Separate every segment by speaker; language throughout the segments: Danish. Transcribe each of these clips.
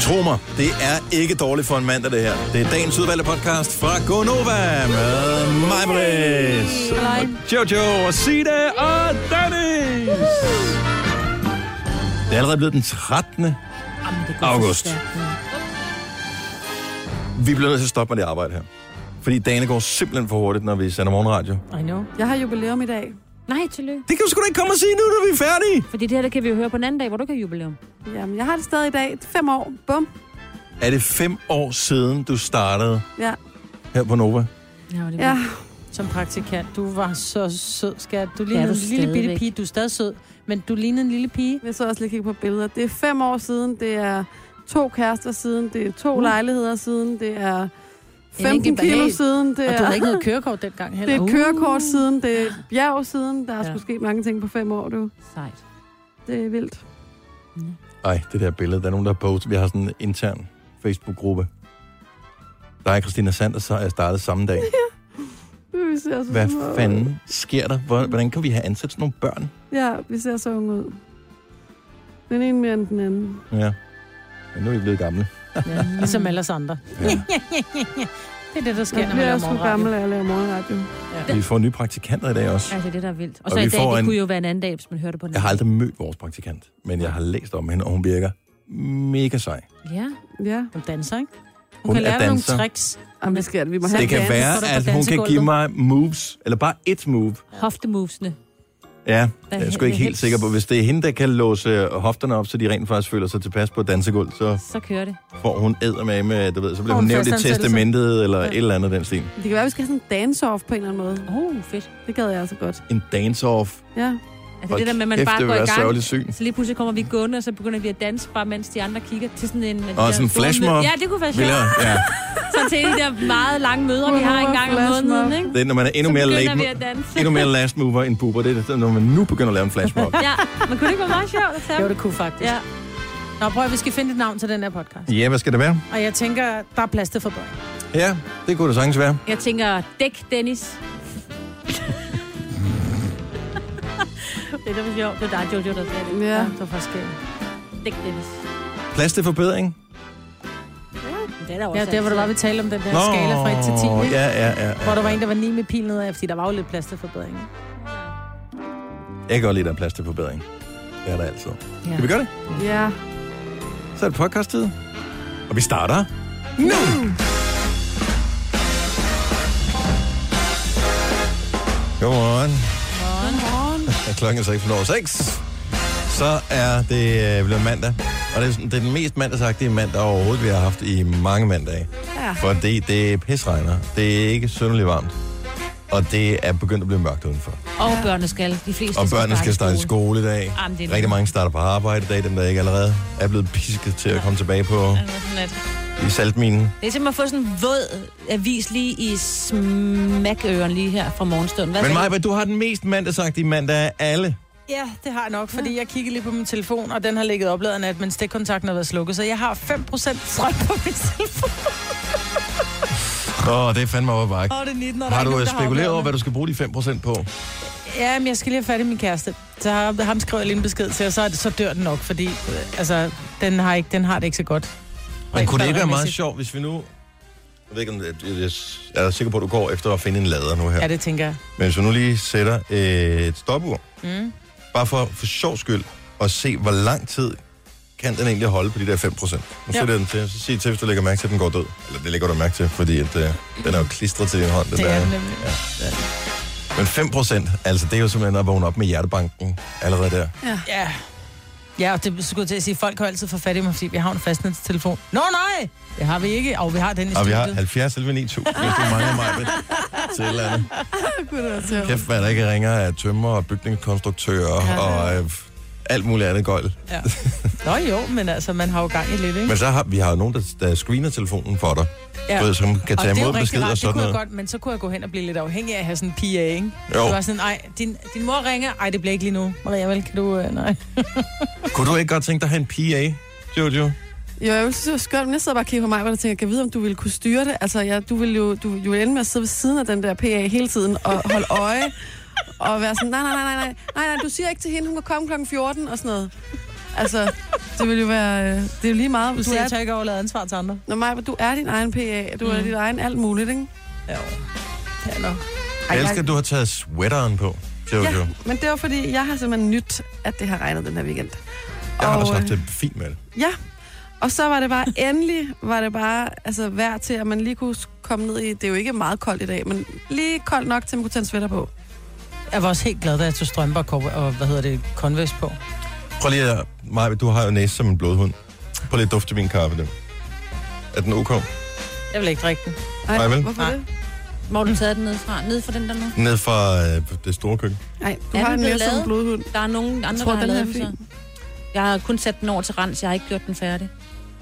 Speaker 1: Tro mig, det er ikke dårligt for en mandag, det her. Det er dagens udvalgte podcast fra Gonova med mig, Britt, og Jojo, og Sida og Dennis. Det er allerede blevet den 13. august. Vi bliver nødt til at stoppe med det arbejde her. Fordi dagene går simpelthen for hurtigt, når vi sender morgenradio.
Speaker 2: I know.
Speaker 3: Jeg har jubilæum i dag.
Speaker 2: Nej, tillykke.
Speaker 1: Det kan du sgu da ikke komme og sige nu, når vi er færdige.
Speaker 2: Fordi det her, det kan vi jo høre på en anden dag, hvor du kan jubilæum.
Speaker 3: Jamen, jeg har det stadig i dag. Fem år. Bum.
Speaker 1: Er det fem år siden, du startede
Speaker 3: Ja.
Speaker 1: her på Nova?
Speaker 2: Ja, det
Speaker 3: ja.
Speaker 4: som praktikant. Du var så sød, skat. Du
Speaker 2: er
Speaker 4: lignede
Speaker 2: du
Speaker 4: en lille bitte
Speaker 2: stadigvæk.
Speaker 4: pige. Du er stadig sød, men du lignede en lille pige.
Speaker 3: Jeg så også lige kigge på billeder. Det er fem år siden. Det er to kærester siden. Det er to
Speaker 4: Uh.
Speaker 3: lejligheder siden. Det er 15
Speaker 4: enkelt
Speaker 3: kilo
Speaker 4: behag.
Speaker 3: siden. Det
Speaker 4: Og du
Speaker 3: er,
Speaker 4: havde ikke noget kørekort dengang
Speaker 3: det
Speaker 4: heller.
Speaker 3: er et kørekort siden. Det er et bjerg siden. Der er
Speaker 4: Ja.
Speaker 3: sgu sket mange ting på fem år, du.
Speaker 2: Sejt.
Speaker 3: Det er vildt.
Speaker 1: Ej, det der billede, der er nogen, der har postet. Vi har sådan en intern Facebook-gruppe. Der er Christina Sanders, så er startet samme dag.
Speaker 3: Vi ser så
Speaker 1: Hvad
Speaker 3: små ud.
Speaker 1: fanden sker der? Hvor- Hvordan kan vi have ansat sådan nogle børn?
Speaker 3: Ja, vi ser så unge ud. Den ene mere end den anden.
Speaker 1: Ja. Men nu er vi blevet gamle.
Speaker 4: Ja, ligesom alle os andre.
Speaker 1: Ja.
Speaker 4: Det er det, der sker,
Speaker 3: Jeg
Speaker 4: når man
Speaker 3: bliver
Speaker 4: laver
Speaker 3: også for
Speaker 4: morgenradio.
Speaker 3: gammel af at lave morgenradio.
Speaker 1: Vi får nye praktikanter i dag også.
Speaker 2: Ja, Altså, det er det, der er vildt. Og
Speaker 1: Og
Speaker 2: så
Speaker 1: vi
Speaker 2: i dag,
Speaker 1: får
Speaker 2: det
Speaker 1: en-
Speaker 2: kunne jo være en anden dag, hvis man hørte på den.
Speaker 1: Jeg har aldrig mødt vores praktikant, men jeg har læst om hende, og hun virker mega sej.
Speaker 2: Ja.
Speaker 3: Ja,
Speaker 4: Hun danser, ikke? Hun,
Speaker 1: Hun
Speaker 4: kan
Speaker 1: er
Speaker 4: lære nogle
Speaker 1: danser.
Speaker 4: tricks.
Speaker 3: Jamen, det sker det. Vi må have
Speaker 1: Det kan
Speaker 3: en dance.
Speaker 4: så står
Speaker 1: være,
Speaker 4: der på
Speaker 1: at hun kan give
Speaker 4: dansegulvet.
Speaker 1: mig moves, eller bare et move.
Speaker 2: Hoftemovesene.
Speaker 1: Ja, jeg er
Speaker 2: he-
Speaker 1: sgu ikke helt
Speaker 2: helst.
Speaker 1: sikker på. Hvis det er hende, der kan låse hofterne op, så de rent faktisk føler sig tilpas på et dansegulv, så
Speaker 2: Så kører det.
Speaker 1: får hun æder med, med du ved, så bliver
Speaker 4: Får
Speaker 1: hun
Speaker 4: en
Speaker 1: nævnt i
Speaker 4: fastansættelse.
Speaker 1: testamentet, eller et eller andet af den stil.
Speaker 3: Det kan være, at vi skal have sådan en dance-off på en eller anden måde.
Speaker 2: Åh, oh, fedt.
Speaker 3: Det gad jeg altså godt.
Speaker 1: En dance-off.
Speaker 3: Ja.
Speaker 2: Altså
Speaker 1: Hold
Speaker 2: det der med, at man
Speaker 1: kæft,
Speaker 2: bare
Speaker 1: det
Speaker 2: går
Speaker 1: vil
Speaker 2: i
Speaker 1: være
Speaker 2: gang.
Speaker 1: sørgeligt syn.
Speaker 2: Så lige pludselig kommer vi gående, og så begynder vi at danse, bare mens de andre kigger til sådan en...
Speaker 1: Og sådan en flashmob.
Speaker 2: Ja, det kunne være sjovt.
Speaker 1: Eller, ja.
Speaker 2: Så til de der meget lange møder, vi har en gang om
Speaker 3: Flashmob.
Speaker 2: måneden, ikke?
Speaker 1: Det er, når man er endnu
Speaker 2: Så
Speaker 1: mere,
Speaker 2: begynder
Speaker 1: late,
Speaker 2: vi at danse.
Speaker 1: endnu mere last mover end boober. Det er det, når man nu begynder at lave en flashmob.
Speaker 2: Ja, men kunne det ikke være meget sjovt at tage?
Speaker 4: Jo, det kunne faktisk.
Speaker 2: Ja.
Speaker 4: Nå, prøv at vi skal finde et navn til den her podcast.
Speaker 1: Ja, hvad skal det være?
Speaker 4: Og jeg tænker, der er plads til forbedring.
Speaker 1: Ja, det kunne det sagtens være.
Speaker 2: Jeg tænker, dæk Dennis. det er da sjovt. Det er dig, Jojo, der sagde det.
Speaker 3: Ja.
Speaker 4: det var faktisk skægt.
Speaker 2: Dæk Dennis.
Speaker 1: Plads til forbedring.
Speaker 2: Det er da også
Speaker 4: Ja, der hvor det var, vi talte om den der skala fra 1 til 10, ikke?
Speaker 1: ja, ja, ja.
Speaker 4: Hvor der var en, der var 9 med pil nedad, fordi der var jo lidt plads til forbedring.
Speaker 1: Jeg kan godt lide, der er plads til forbedring. Det er der altid.
Speaker 2: Ja.
Speaker 1: Kan vi gøre det?
Speaker 3: Ja.
Speaker 1: Så er det podcast-tid. Og vi starter nu! Godmorgen.
Speaker 3: Godmorgen.
Speaker 1: Ja, Klokken er 6 over 6. Så er det øh, blevet mandag. Og det er, sådan- det er den mest mandagsagtige mandag overhovedet, vi har haft i mange mandage.
Speaker 3: Ja.
Speaker 1: Fordi det pisregner. Det er ikke synderligt varmt. Og det er begyndt at blive mørkt udenfor.
Speaker 2: Og børnene skal. De fleste
Speaker 1: Og børnene skal starte i
Speaker 2: skole.
Speaker 1: skole i dag.
Speaker 2: Jamen, det er
Speaker 1: Rigtig mange starter på arbejde i dag. Dem, der ikke allerede er blevet pisket til at komme tilbage på
Speaker 2: Altså sådan, at
Speaker 1: i saltminen.
Speaker 2: Det er simpelthen at få sådan en våd avis lige i smækøren lige her fra morgenstunden. Hvad
Speaker 1: Men
Speaker 2: sagde
Speaker 1: Maja, du har den mest mandagsagtige mandag af alle.
Speaker 4: Ja, det har jeg nok, fordi jeg kiggede lige på min telefon, og den har ligget opladet nat, men stikkontakten har været slukket, så jeg har 5% strøm på min telefon.
Speaker 1: Åh, oh, det er fandme op ad bakke.
Speaker 4: Og det er 19, og der er
Speaker 1: Har
Speaker 4: ikke
Speaker 1: du øh,
Speaker 4: nogen, der
Speaker 1: spekuleret over,
Speaker 4: opladet
Speaker 1: hvad du skal bruge de 5% på?
Speaker 4: den. Ja, men jeg skal lige have fat i min kæreste. Så har, ham skrev jeg lige en besked til, og så, er det- så dør den nok, fordi øh, altså, den, har ikke, den har det ikke så godt.
Speaker 1: Men
Speaker 4: Rent
Speaker 1: kunne det ikke være meget
Speaker 4: batterimæssigt.
Speaker 1: sjovt, hvis vi nu... Jeg ved ikke, om det, jeg, jeg er sikker på, at du går efter at finde en lader nu her.
Speaker 4: Ja, det tænker jeg.
Speaker 1: Men hvis du nu lige sætter øh, et stopur,
Speaker 4: Mm.
Speaker 1: bare for, for sjov skyld, og se, hvor lang tid kan den egentlig holde på de der 5%. Nu
Speaker 4: Ja.
Speaker 1: sætter jeg den til, så sig til, hvis du lægger mærke til, at den går død. Eller det lægger du mærke til, fordi at, øh, den er jo klistret til din hånd. Den
Speaker 4: Det er
Speaker 1: der.
Speaker 4: den nemlig.
Speaker 1: Men 5%, altså det er jo simpelthen at vågne op med hjertebanken allerede der.
Speaker 4: Ja. Ja, og det skulle jeg til at sige, at folk har altid for fat i mig, fordi vi har en fastnetstelefon. Nå nej! Det har vi ikke, og vi har den i
Speaker 1: Og vi
Speaker 4: studiet.
Speaker 1: har 70 11 9000, hvis du mangler mig med til et eller andet. Kæft, hvad der ikke ringer af tømmer og bygningskonstruktører
Speaker 4: Ja.
Speaker 1: og øh, alt muligt andet gøjl.
Speaker 4: Ja. Nå jo, men altså, man har jo gang i lidt, ikke?
Speaker 1: Men så har vi har jo nogen, der, der screener telefonen for dig,
Speaker 4: Ja.
Speaker 1: ja. ved, som kan tage
Speaker 4: det er jo
Speaker 1: imod
Speaker 4: rigtig
Speaker 1: beskeder
Speaker 4: rart,
Speaker 1: og sådan
Speaker 4: det kunne
Speaker 1: noget.
Speaker 4: jeg godt, men så kunne jeg gå hen og blive lidt afhængig af at have sådan en PA, ikke?
Speaker 1: Jo.
Speaker 4: Det var sådan, ej, din, din mor ringer. Ej, det bliver ikke lige nu. Maria, vel, kan du... Øh, nej.
Speaker 1: Kunne du ikke godt tænke dig at have en PA, Jojo?
Speaker 3: Jo, jeg synes, det var skønt, men jeg sidder bare og kigger på mig, hvor jeg tænker, kan jeg vide, om du ville kunne styre det? Altså, ja, du ville jo, du ville jo ende med at sidde ved siden af den der PA hele tiden og holde øje. og være sådan, nej, nej, nej, nej, nej, nej, nej, du siger ikke til hende, hun kan komme kl. 14 og sådan noget. Altså, Det vil jo være... øh, Det er jo lige meget.
Speaker 4: Du
Speaker 3: Du
Speaker 4: ser, jeg
Speaker 3: er,
Speaker 4: tør ikke overlade ansvar til andre.
Speaker 3: når Maja, du er din egen PA, du er
Speaker 4: Mm.
Speaker 3: din egen alt muligt, ikke?
Speaker 4: Ja, jo. ja nok.
Speaker 1: Jeg elsker, at du har taget sweateren på, Jojo.
Speaker 3: Ja,
Speaker 1: Ja.
Speaker 3: men det var fordi, jeg har simpelthen nyt, at det har regnet den her weekend.
Speaker 1: Jeg har
Speaker 3: Og,
Speaker 1: også
Speaker 3: øh,
Speaker 1: haft det fint med det.
Speaker 3: Ja, og så var det bare, endelig var det bare altså, værd til, at man lige kunne komme ned i, det er jo ikke meget koldt i dag, men lige koldt nok til, at man kunne tage en sweater på.
Speaker 4: Jeg var også helt glad, da jeg tog strømper og, korp- og hvad hedder det, Converse på.
Speaker 1: Prøv lige at... Maja, du har jo næse som en blodhund. Prøv lige at dufte min kaffe, der. Er den ok?
Speaker 4: Jeg vil ikke drikke den.
Speaker 1: Ej, vel?
Speaker 3: hvorfor
Speaker 4: Nej.
Speaker 3: det?
Speaker 2: Morten taget den ned fra. Ned fra den der nu.
Speaker 1: Ned fra øh, det store køkken.
Speaker 3: Nej, du
Speaker 2: Er
Speaker 3: har
Speaker 2: den
Speaker 3: en
Speaker 2: blevet
Speaker 3: næse som
Speaker 2: lavet?
Speaker 3: en blodhund.
Speaker 2: Der er nogen andre,
Speaker 3: tror,
Speaker 2: der har
Speaker 3: den her
Speaker 2: lavet
Speaker 3: er
Speaker 2: den
Speaker 3: fin.
Speaker 2: så. Jeg har kun sat den over til rens. Jeg har ikke gjort den færdig.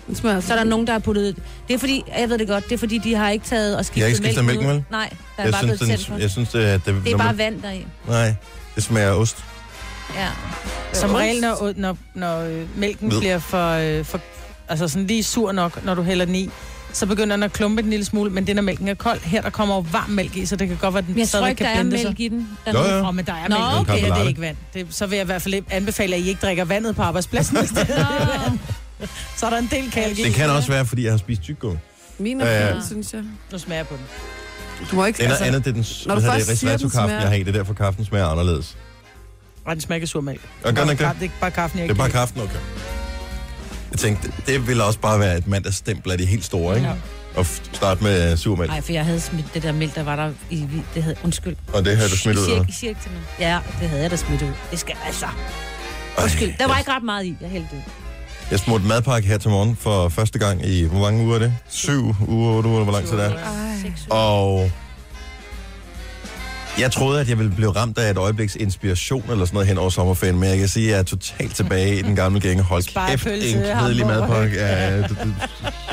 Speaker 3: Den smager altså
Speaker 2: Så er der nogen, der har puttet... Det er fordi, jeg ved det godt, det er fordi, de har ikke taget og skiftet
Speaker 1: Jeg har ikke skiftet
Speaker 2: mælken
Speaker 1: mælken,
Speaker 2: ud.
Speaker 1: vel?
Speaker 2: Nej, der er
Speaker 1: Jeg
Speaker 2: bare
Speaker 1: synes,
Speaker 2: blevet tændt for.
Speaker 1: den, jeg synes, det, er- det,
Speaker 2: Det er
Speaker 1: når
Speaker 2: bare
Speaker 1: man,
Speaker 2: vand deri.
Speaker 1: Nej, det smager af ost.
Speaker 2: Ja.
Speaker 4: Som
Speaker 2: Ost.
Speaker 4: regel, når, når, når øh, mælken
Speaker 1: Ved.
Speaker 4: bliver for, øh, for... Altså sådan lige sur nok, når du hælder den i, så begynder den at klumpe en lille smule, men det er, når mælken er kold. Her der kommer jo varm mælk i, så det kan godt være, at
Speaker 2: Men
Speaker 4: den
Speaker 2: jeg tror
Speaker 4: stadig
Speaker 2: ikke, der
Speaker 4: kan
Speaker 2: er
Speaker 4: blende sig.
Speaker 2: mælk i den.
Speaker 1: Jo,
Speaker 2: dernede.
Speaker 1: jo.
Speaker 4: Åh, men der er
Speaker 2: Nå,
Speaker 4: mælk.
Speaker 2: okay.
Speaker 4: Det her, det
Speaker 1: Kartoffellatte.
Speaker 4: er ikke vand. Det, så vil jeg i hvert fald anbefale, at I ikke drikker vandet på arbejdspladsen. i stedet.
Speaker 2: Nå.
Speaker 4: så er der en del kalk i.
Speaker 1: Det kan også være, fordi jeg har spist tyggegummi.
Speaker 3: Min
Speaker 1: Ja, ja.
Speaker 3: er fin, synes jeg.
Speaker 4: Nu smager jeg på den.
Speaker 3: Du må ikke...
Speaker 1: Det altså,
Speaker 3: altså,
Speaker 1: andet, det er den, s-
Speaker 3: når du
Speaker 1: hvad hedder
Speaker 3: først
Speaker 1: det,
Speaker 3: siger, den
Speaker 1: risotto-kaffen,
Speaker 3: smager-
Speaker 1: jeg har i. Det er derfor, kaffen smager anderledes.
Speaker 4: Nej, den smager ikke af sur mælk.
Speaker 1: Og gør den
Speaker 4: Bare
Speaker 1: ikke det?
Speaker 4: kaffe- Det er bare kaffen, jeg
Speaker 1: Det er
Speaker 4: ikke
Speaker 1: bare
Speaker 4: kan
Speaker 1: kaffen, okay. Jeg tænkte, det- det ville også bare være et mandagsstempel af de helt store, ikke?
Speaker 4: Ja.
Speaker 1: Og f- starte med øh, surmælk,
Speaker 2: Nej, for jeg havde smidt det der mælk, der var der i... Det havde, undskyld.
Speaker 1: og det havde du smidt
Speaker 2: I
Speaker 1: ud.
Speaker 2: siger,
Speaker 1: eller?
Speaker 2: ikke- I siger ikke til mig. Ja, det havde jeg da smidt ud. Det skal altså.
Speaker 1: Ej,
Speaker 2: Undskyld, der var
Speaker 1: jeg-
Speaker 2: ikke ret meget i. Jeg hældte ud.
Speaker 1: Jeg smurte madpakke her til morgen for første gang i, hvor mange uger er det? Syv uger, otte uger, eller hvor lang tid det er.
Speaker 3: Ej.
Speaker 1: Og jeg troede, at jeg ville blive ramt af et øjebliks inspiration eller sådan noget hen over sommerferien, men jeg kan sige, at jeg er totalt tilbage i den gamle gænge. Hold kæft,
Speaker 4: Sparepølse,
Speaker 1: en kedelig
Speaker 4: hamburger.
Speaker 1: madpakke af øh,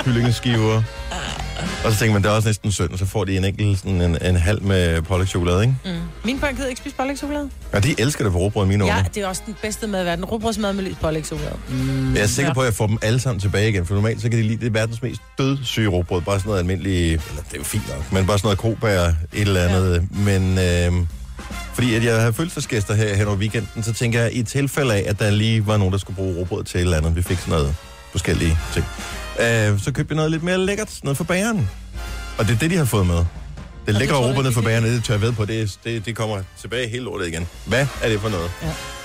Speaker 1: kyllingeskiver. Og så tænker man, det er også næsten synd, og så får de en enkelt sådan en, en halv med pålægtschokolade, ikke?
Speaker 4: Mm. Min børn gider ikke spise pålægtschokolade.
Speaker 1: Og de elsker det på råbrød, mine unger.
Speaker 4: Ja, det er også den bedste mad i verden. Rugbrødsmad med lys pålægtschokolade.
Speaker 1: Jeg er sikker på, at jeg får dem alle sammen tilbage igen, for normalt så kan de lide det verdens mest dødssyge råbrød. Bare sådan noget almindeligt, eller det er jo fint nok, men bare sådan noget krobær, et eller andet. Ja. Men øh, fordi at jeg havde fødselsdagsgæster her hen over weekenden, så tænker jeg, i tilfælde af, at der lige var nogen, der skulle bruge råbrød til et eller andet, vi fik sådan noget forskellige ting, øh, så købte jeg noget lidt mere lækkert, noget fra bageren. Og det er det, de har fået med. Det lækre
Speaker 4: tror jeg
Speaker 1: råbrød ned
Speaker 4: ikke,
Speaker 1: fra
Speaker 4: de-
Speaker 1: bageren, det tør jeg ved på, det, det, det kommer tilbage helt lortet igen. Hvad er det for noget?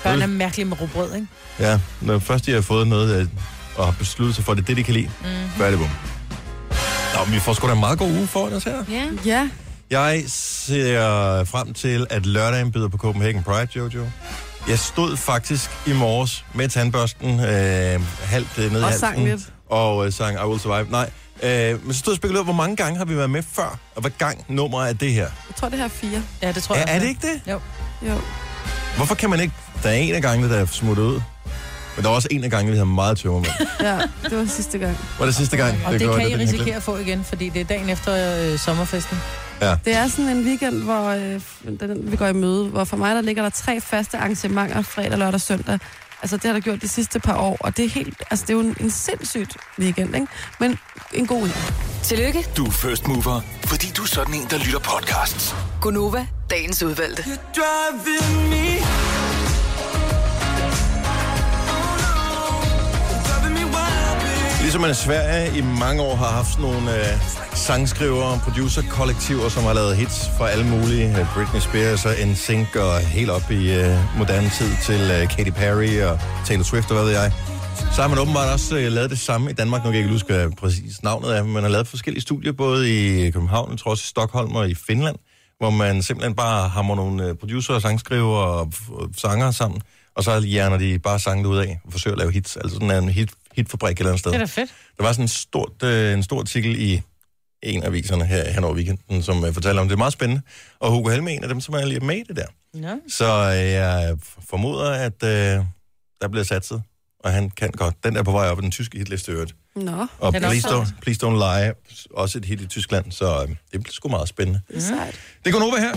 Speaker 4: Børn er mærkelige med rugbrød, ikke?
Speaker 1: Ja, når først de har fået noget øh, og har besluttet sig for, at det er det, de kan lide,
Speaker 4: Mm.
Speaker 1: hvad er det på? Nå, men vi får sgu da en meget god uge foran os her.
Speaker 2: Ja.
Speaker 3: Ja,
Speaker 1: Jeg ser frem til, at lørdagen byder på Copenhagen Pride, Jojo. Jeg stod faktisk i morges med tandbørsten øh, halvt øh, ned i
Speaker 3: og
Speaker 1: halsen.
Speaker 3: sang lidt.
Speaker 1: Og øh, sang I Will Survive. Nej, øh, men så stod jeg og spekulerede, hvor mange gange har vi været med før, og hvad gang nummer er det her?
Speaker 3: Jeg tror, det her er fire.
Speaker 4: Ja, det tror jeg.
Speaker 1: Er, er det ikke det?
Speaker 3: Jo.
Speaker 1: Hvorfor kan man ikke... Der er en af gangene, der er smuttet ud. Men der var også en af gangene, vi havde meget tømmermænd.
Speaker 3: Ja, det var sidste gang.
Speaker 1: Var det sidste gang?
Speaker 4: Og det,
Speaker 1: gjorde jeg,
Speaker 4: kan I
Speaker 1: den her klip?
Speaker 4: risikere at få igen, fordi det er dagen efter øh, sommerfesten.
Speaker 3: Det er sådan en weekend, hvor øh, den, vi går i møde, hvor for mig der ligger der tre faste arrangementer fredag, lørdag og søndag. Altså det har der gjort de sidste par år, og det er helt, altså det er jo en, en sindssygt weekend, ikke? Men en god weekend.
Speaker 5: Tillykke,
Speaker 6: Du er first mover, fordi du er sådan en, der lytter podcasts.
Speaker 5: Gunova, dagens udvalgte.
Speaker 1: Ligesom man i Sverige i mange år har haft sådan nogle øh, sangskrivere og producer-kollektiver, som har lavet hits for alle mulige. Øh, Britney Spears og NSYNC og helt op i øh, moderne tid til øh, Katy Perry og Taylor Swift og hvad ved jeg. Så har man åbenbart også øh, lavet det samme i Danmark. Nu kan jeg ikke huske hvad præcis navnet af, dem, men man har lavet forskellige studier, både i København, jeg tror også i Stockholm og i Finland, hvor man simpelthen bare hammer nogle øh, producer og sangskriver og og sanger sammen, og så hjerner de bare sangene ud af og forsøger at lave hits. Altså sådan en hit, hitfabrik et eller andet sted.
Speaker 4: Det er da fedt.
Speaker 1: Der var sådan en, stort, øh, en stor artikel i en af aviserne her hen over weekenden, som øh, fortalte om, det er meget spændende. Og Hugo Helme er en af dem, som er lige med i det der.
Speaker 4: Ja.
Speaker 1: Så øh, jeg formoder, at øh, der bliver satset, og han kan godt. Den er på vej op i den tyske hitliste i øvrigt.
Speaker 3: Nå,
Speaker 1: Og
Speaker 4: Den er
Speaker 1: please
Speaker 4: også
Speaker 1: don't, please don't Lie, også et hit i Tyskland, så øh, det bliver sgu meget spændende.
Speaker 3: det er sejt.
Speaker 1: Det går over her.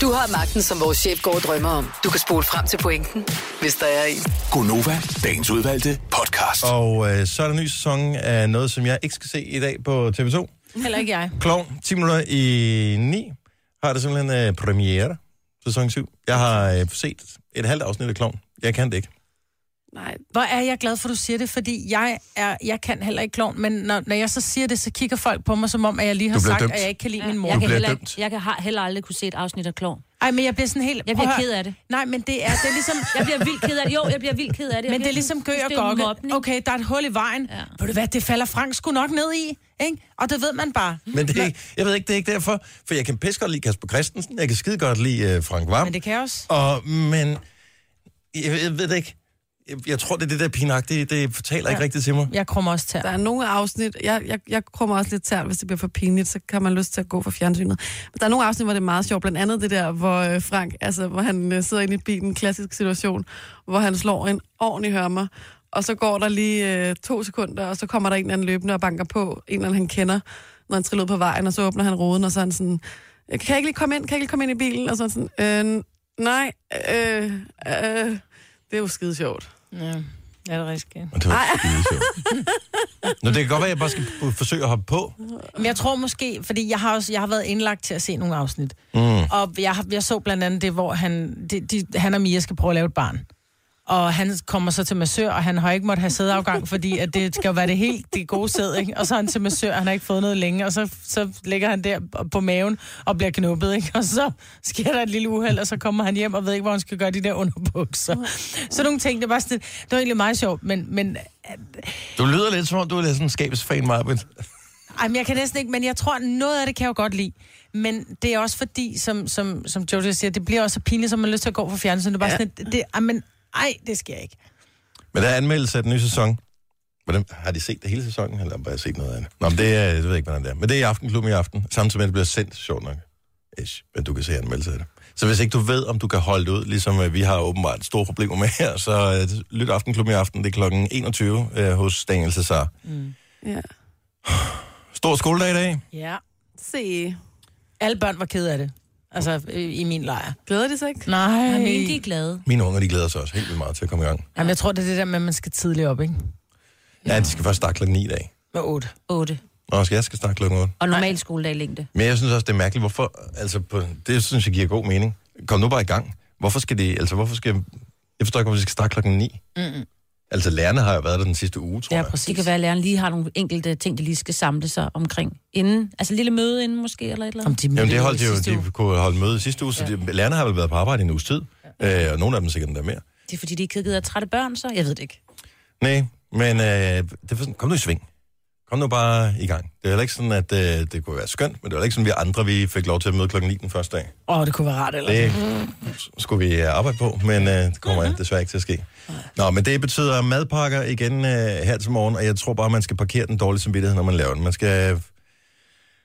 Speaker 5: Du har magten, som vores chef går og drømmer om. Du kan spole frem til pointen, hvis der er en.
Speaker 6: Gonova, dagens udvalgte podcast.
Speaker 1: Og øh, så er der en ny sæson af noget, som jeg ikke skal se i dag på TV2.
Speaker 4: Heller ikke jeg.
Speaker 1: Klovn, 10 minutter i 9, har det simpelthen øh, premiere, sæson 7. Jeg har øh, set et halvt afsnit af Klovn. Jeg kan det ikke.
Speaker 3: Nej,
Speaker 4: Hvor er jeg glad for, at du siger det, fordi jeg, er, jeg kan heller ikke klovn, men når, når jeg så siger det, så kigger folk på mig, som om at jeg lige har
Speaker 1: Du bliver
Speaker 4: sagt,
Speaker 1: dømt.
Speaker 4: at jeg ikke kan lide min mor.
Speaker 2: Jeg kan,
Speaker 1: bliver
Speaker 2: heller,
Speaker 1: dømt.
Speaker 2: ikke- jeg kan har- heller aldrig kunne se et afsnit af Klovn.
Speaker 4: Ej, men jeg bliver sådan helt...
Speaker 2: Jeg
Speaker 4: Prøv
Speaker 2: bliver
Speaker 4: at høre.
Speaker 2: ked af det.
Speaker 4: Nej, men det er, det er ligesom...
Speaker 2: Jeg bliver vildt ked af det. Jo, jeg bliver vildt ked af det. Jeg
Speaker 4: Men det er
Speaker 2: bliver
Speaker 4: ligesom gø
Speaker 2: sådan-
Speaker 4: og
Speaker 2: det er jo
Speaker 4: gokke.
Speaker 2: mobning.
Speaker 4: Okay, der er et hul i vejen. Ja.
Speaker 2: Ja.
Speaker 4: Ved du hvad, det falder Frank sgu nok ned i, ikke? Og det ved man bare.
Speaker 1: Men det er ikke, jeg ved ikke, det er ikke derfor. For jeg kan pisse godt lide Kasper Christensen, jeg kan skide godt lide øh, Frank Vam.
Speaker 4: Men det kan jeg også.
Speaker 1: Og, men, jeg, ved- jeg ved det ikke. Jeg, jeg tror, det er det der pinagtige, det fortaler ja. ikke rigtigt til mig.
Speaker 4: Jeg krummer også tær.
Speaker 3: der er nogle afsnit, jeg, jeg, jeg krummer også lidt tært, hvis det bliver for pinligt, så kan man lyst til at gå for fjernsynet. Men der er nogle afsnit, hvor det er meget sjovt, blandt andet det der, hvor øh, Frank, altså hvor han øh, sidder inde i bilen, klassisk situation, hvor han slår en ordentlig hørmer, og så går der lige øh, to sekunder, og så kommer der en eller anden løbende og banker på, en eller anden han kender, når han triller ud på vejen, og så åbner han ruden, og så er han sådan, "Øh, kan jeg ikke lige komme ind, kan jeg ikke lige komme ind i bilen, og så er han sådan, øh, nej, øh, øh, det er jo skide sjovt.
Speaker 4: Ja, det er det rigtig skægt.
Speaker 1: Og det var skide sjovt. Nå, det kan godt være, at jeg bare skal forsøge at hoppe på.
Speaker 4: Men jeg tror måske, fordi jeg har også jeg har været indlagt til at se nogle afsnit. Mm. Og jeg, har- jeg så blandt andet det, hvor han, de, de, han og Mia skal prøve at lave et barn. Og han kommer så til massør, og han har ikke måttet have sædeafgang, fordi at det skal jo være det helt det gode sæd, ikke? Og så er han til massør, og han har ikke fået noget længe, og så, så ligger han der på maven og bliver knuppet, ikke? Og så sker der et lille uheld, og så kommer han hjem og ved ikke, hvor han skal gøre de der underbukser. Så nogle ting, det var, sådan, lidt- det var egentlig meget sjovt, men, men
Speaker 1: Du lyder lidt som om, du er lidt sådan en skabsfan, Marbet.
Speaker 4: Ej, men jeg kan næsten ikke, men jeg tror, noget af det kan jeg jo godt lide. Men det er også fordi, som, som, som Jojo siger, det bliver også så pinligt, som man har lyst til at gå for fjernsynet. Det er bare ja. sådan, et- det, ej, men, ej, det sker ikke.
Speaker 1: Men der er anmeldelse af den nye sæson. Hvordan, har de set det hele sæsonen, eller har de bare set noget af det? Nå, men det er, jeg ved jeg ikke, hvordan det er. Men det er i Aftenklubben i aften, samtidig med, at det bliver sendt, sjovt nok. Ish, men du kan se anmeldelse af det. Så hvis ikke du ved, om du kan holde det ud, ligesom øh, vi har åbenbart store problemer med her, så øh, lyt Aftenklubben i aften, det er klokken 21 øh, hos Daniel Cesar.
Speaker 3: Ja.
Speaker 1: Stor skoledag i dag.
Speaker 4: Ja.
Speaker 3: Se,
Speaker 4: Alle børn var kede af det. Altså, øh, i min lejr.
Speaker 3: glæder det sig ikke?
Speaker 4: Nej.
Speaker 2: Jeg mener, de
Speaker 4: Jamen,
Speaker 2: er glade.
Speaker 1: Mine unger, de glæder sig også helt vildt meget til at komme i gang.
Speaker 4: jeg tror, det er det der med, at man skal tidligt op, ikke?
Speaker 1: Ja, de skal først starte klokken 9 i dag.
Speaker 4: Med otte.
Speaker 2: 8.
Speaker 1: Nå, skal jeg skal starte klokken 8.
Speaker 2: Og normal skoledag i længde.
Speaker 1: Men jeg synes også, det er mærkeligt, hvorfor, altså, på, det synes jeg giver god mening. Kom nu bare i gang. Hvorfor skal det, altså, hvorfor skal, jeg forstår ikke, hvorfor de skal starte klokken 9. Mm-mm. Altså, lærerne har jo været der den sidste uge, tror
Speaker 4: Ja,
Speaker 1: jeg.
Speaker 4: præcis.
Speaker 2: Det kan være, at læreren lige har nogle enkelte ting, de lige skal samle sig omkring inden. Altså et lille møde inden måske, eller et eller andet.
Speaker 4: de
Speaker 1: Jamen, det holdt
Speaker 4: i
Speaker 1: de jo,
Speaker 4: sidste uge.
Speaker 1: de kunne holde møde i sidste uge, så de, lærerne har vel været på arbejde i en uges tid. Øh, og nogle af dem sikkert endda mere.
Speaker 2: Det er fordi, de ikke gider at trætte børn, så jeg ved det ikke.
Speaker 1: Nej, men øh, det var sådan, kom nu i sving. Kom nu bare i gang. Det er heller ikke sådan, at øh, det kunne være skønt, men det var heller ikke sådan, at vi andre vi fik lov til at møde klokken 9 den første dag.
Speaker 4: Åh, oh, det kunne være rart, eller?
Speaker 1: Det skulle vi øh, arbejde på, men øh, det kommer mm-hmm. desværre ikke til at ske. Nå, men det betyder madpakker igen øh, her til morgen, og jeg tror bare, man skal parkere den dårlige samvittighed, når man laver den. Man skal... øh,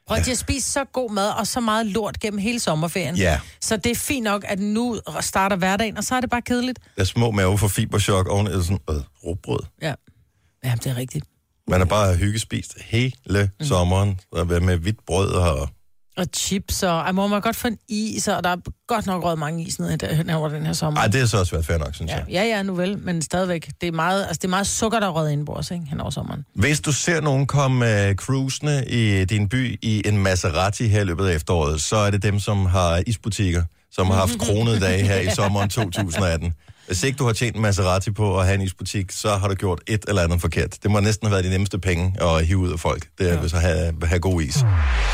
Speaker 4: Prøv at de har spist så god mad og så meget lort gennem hele sommerferien.
Speaker 1: Ja.
Speaker 4: Så det er fint nok, at nu starter hverdagen, og så er det bare kedeligt.
Speaker 1: Der er små mave for fiberchok oven eller sådan øh, råbrød.
Speaker 4: Ja. Jamen, det er rigtigt.
Speaker 1: Man har bare hyggespist hele sommeren, og været med hvidt brød og...
Speaker 4: Og chips, og ej, mor, må jeg godt få en is, og der er godt nok røget mange is ned i- hen over den her sommer.
Speaker 1: Ej, det har så også været fair nok, synes jeg.
Speaker 4: ja. ja, ja, nu vel, men stadigvæk. Det er meget, altså, det er meget sukker, der er røget indbords, ikke, hen over sommeren.
Speaker 1: Hvis du ser nogen komme øh, cruisende i din by i en Maserati her i løbet af efteråret, så er det dem, som har isbutikker, som har haft kronede dage her i sommeren 2018. Hvis ikke du har tjent en Maserati på at have en isbutik, så har du gjort et eller andet forkert. Det må næsten have været de nemmeste penge at hive ud af folk, det er, hvis at have, have god is.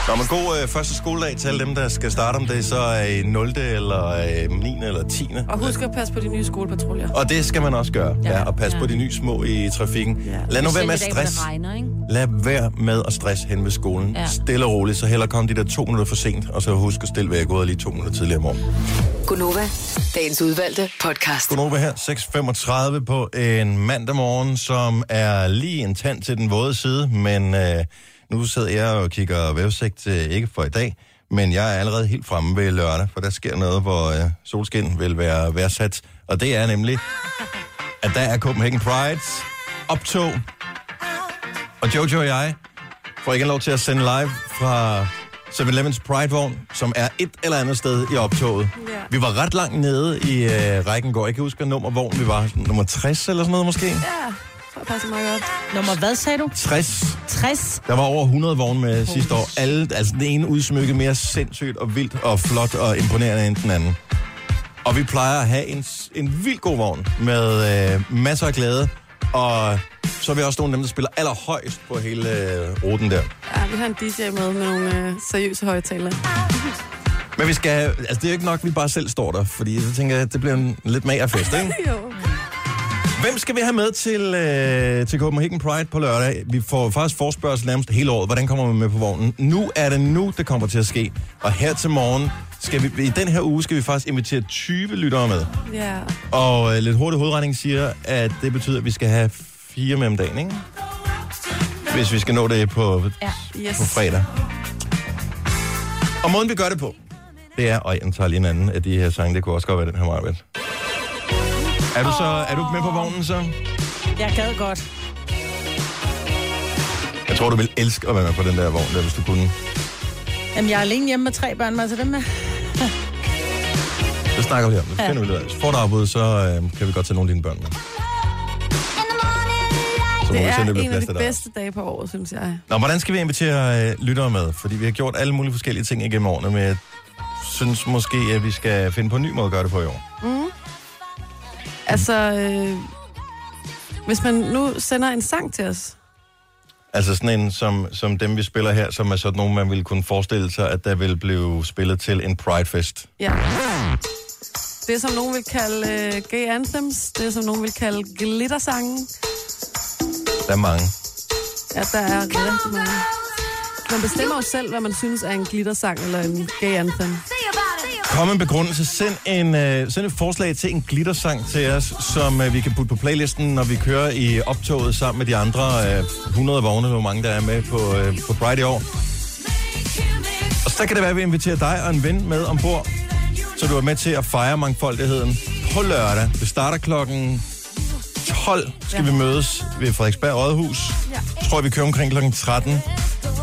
Speaker 1: Nå, men god øh, første skoledag til alle dem, der skal starte om det, så er i 0. eller øh, 9. eller 10.
Speaker 3: Og husk at passe på de nye skolepatruljer.
Speaker 1: Og det skal man også gøre, ja, og passe på de nye små i trafikken. Lad nu være med at
Speaker 2: Selv i dag, hvor
Speaker 1: stress.
Speaker 2: det regner, ikke?
Speaker 1: Lad være med at stresse hen ved skolen. Ja.
Speaker 2: Ja.
Speaker 1: Stille og roligt, så heller kom de der to minutter for sent, og så husk at stille, hvad jeg er gået lige to minutter tidligere om morgenen.
Speaker 5: Gunova, dagens udvalgte podcast.
Speaker 1: Godnova her, 6.35 på en mandag morgen, som er lige en tand til den våde side, men øh, nu sidder jeg og kigger vævsigt, øh, ikke for i dag, men jeg er allerede helt fremme ved lørdag, for der sker noget, hvor øh, solskin vil være værdsat, og det er nemlig, at der er Copenhagen Pride's optog, og Jojo og jeg får igen lov til at sende live fra 7-Elevens Pride-vogn, som er et eller andet sted i optoget.
Speaker 3: Ja.
Speaker 1: Vi var ret langt nede i øh, rækken går. Jeg kan huske, hvad nummer vogn vi var. Nummer 60 eller sådan noget måske?
Speaker 3: Ja, jeg tror, jeg passer meget godt.
Speaker 4: Nummer, hvad sagde du?
Speaker 1: 60.
Speaker 4: 60?
Speaker 1: Der var over 100 vogne med sidste år. Alle, altså den ene udsmykket mere sindssygt og vildt og flot og imponerende end den anden. Og vi plejer at have en, s- en vild god vogn med øh, masser af glæde. Og så er vi også nogle af dem, der spiller allerhøjst på hele øh, ruten der.
Speaker 3: Ja, vi har en DJ med med nogle øh, seriøse højtalere.
Speaker 1: Men vi skal have, altså det er jo ikke nok, at vi bare selv står der, fordi så tænker jeg, at det bliver en lidt magerfest, ikke?
Speaker 3: Jo.
Speaker 1: Hvem skal vi have med til, øh, til Copenhagen Pride på lørdag? Vi får faktisk forspørgsel nærmest hele året. Hvordan kommer man med på vognen? Nu er det nu, det kommer til at ske. Og her til morgen skal vi, i den her uge skal vi faktisk invitere 20 lyttere med.
Speaker 3: Ja.
Speaker 1: Og øh, lidt hurtig hovedregning siger, at det betyder, at vi skal have fire med om dagen, ikke? Hvis vi skal nå det på, ja.
Speaker 3: Yes.
Speaker 1: på fredag. Og måden vi gør det på, det er, og jeg tager lige en anden af de her sange, det kunne også godt være den her Marvind. Er du så er du med på vognen så?
Speaker 4: Jeg gad godt.
Speaker 1: Jeg tror, du vil elske at være med på den der vogn, der, hvis du kunne.
Speaker 4: Jamen, jeg er alene hjemme med tre børn, må jeg tage dem med?
Speaker 1: Så snakker vi om det. Så
Speaker 4: Ja.
Speaker 1: finder vi ud af. det. Hvis får du afbud, så øh, kan vi godt tage nogle af dine børn med. Så må
Speaker 3: Det
Speaker 1: vi se, om
Speaker 3: er
Speaker 1: det bliver
Speaker 3: en af
Speaker 1: plads til
Speaker 3: de
Speaker 1: dig. også.
Speaker 3: bedste dage på året, synes jeg.
Speaker 1: Nå, hvordan skal vi invitere øh, lyttere med? Fordi vi har gjort alle mulige forskellige ting igennem årene, men jeg synes måske, at vi skal finde på en ny måde at gøre det på i år.
Speaker 3: Altså, øh, hvis man nu sender en sang til os,
Speaker 1: Altså sådan en som, som dem, vi spiller her, som er sådan nogen, man ville kunne forestille sig, at der ville blive spillet til en Pride-fest.
Speaker 3: Ja. Det, som nogen vil kalde øh, gay anthems, det, som nogen vil kalde glittersangen.
Speaker 1: Der er mange.
Speaker 3: Ja, der er rigtig mange. Man bestemmer jo selv, hvad man synes er en glittersang eller en gay anthem.
Speaker 1: Kom med en begrundelse. Send, en, øh, send et forslag til en glittersang til os, som øh, vi kan putte på playlisten, når vi kører i optoget sammen med de andre øh, 100 vogne, hvor mange der er med på, øh, på Pride i år. Og så kan det være, at vi inviterer dig og en ven med ombord, så du er med til at fejre mangfoldigheden på lørdag. Det starter klokken 12 skal ja. vi mødes ved Frederiksberg Rådhus. Ja. Tror jeg, vi kører omkring kl. 13.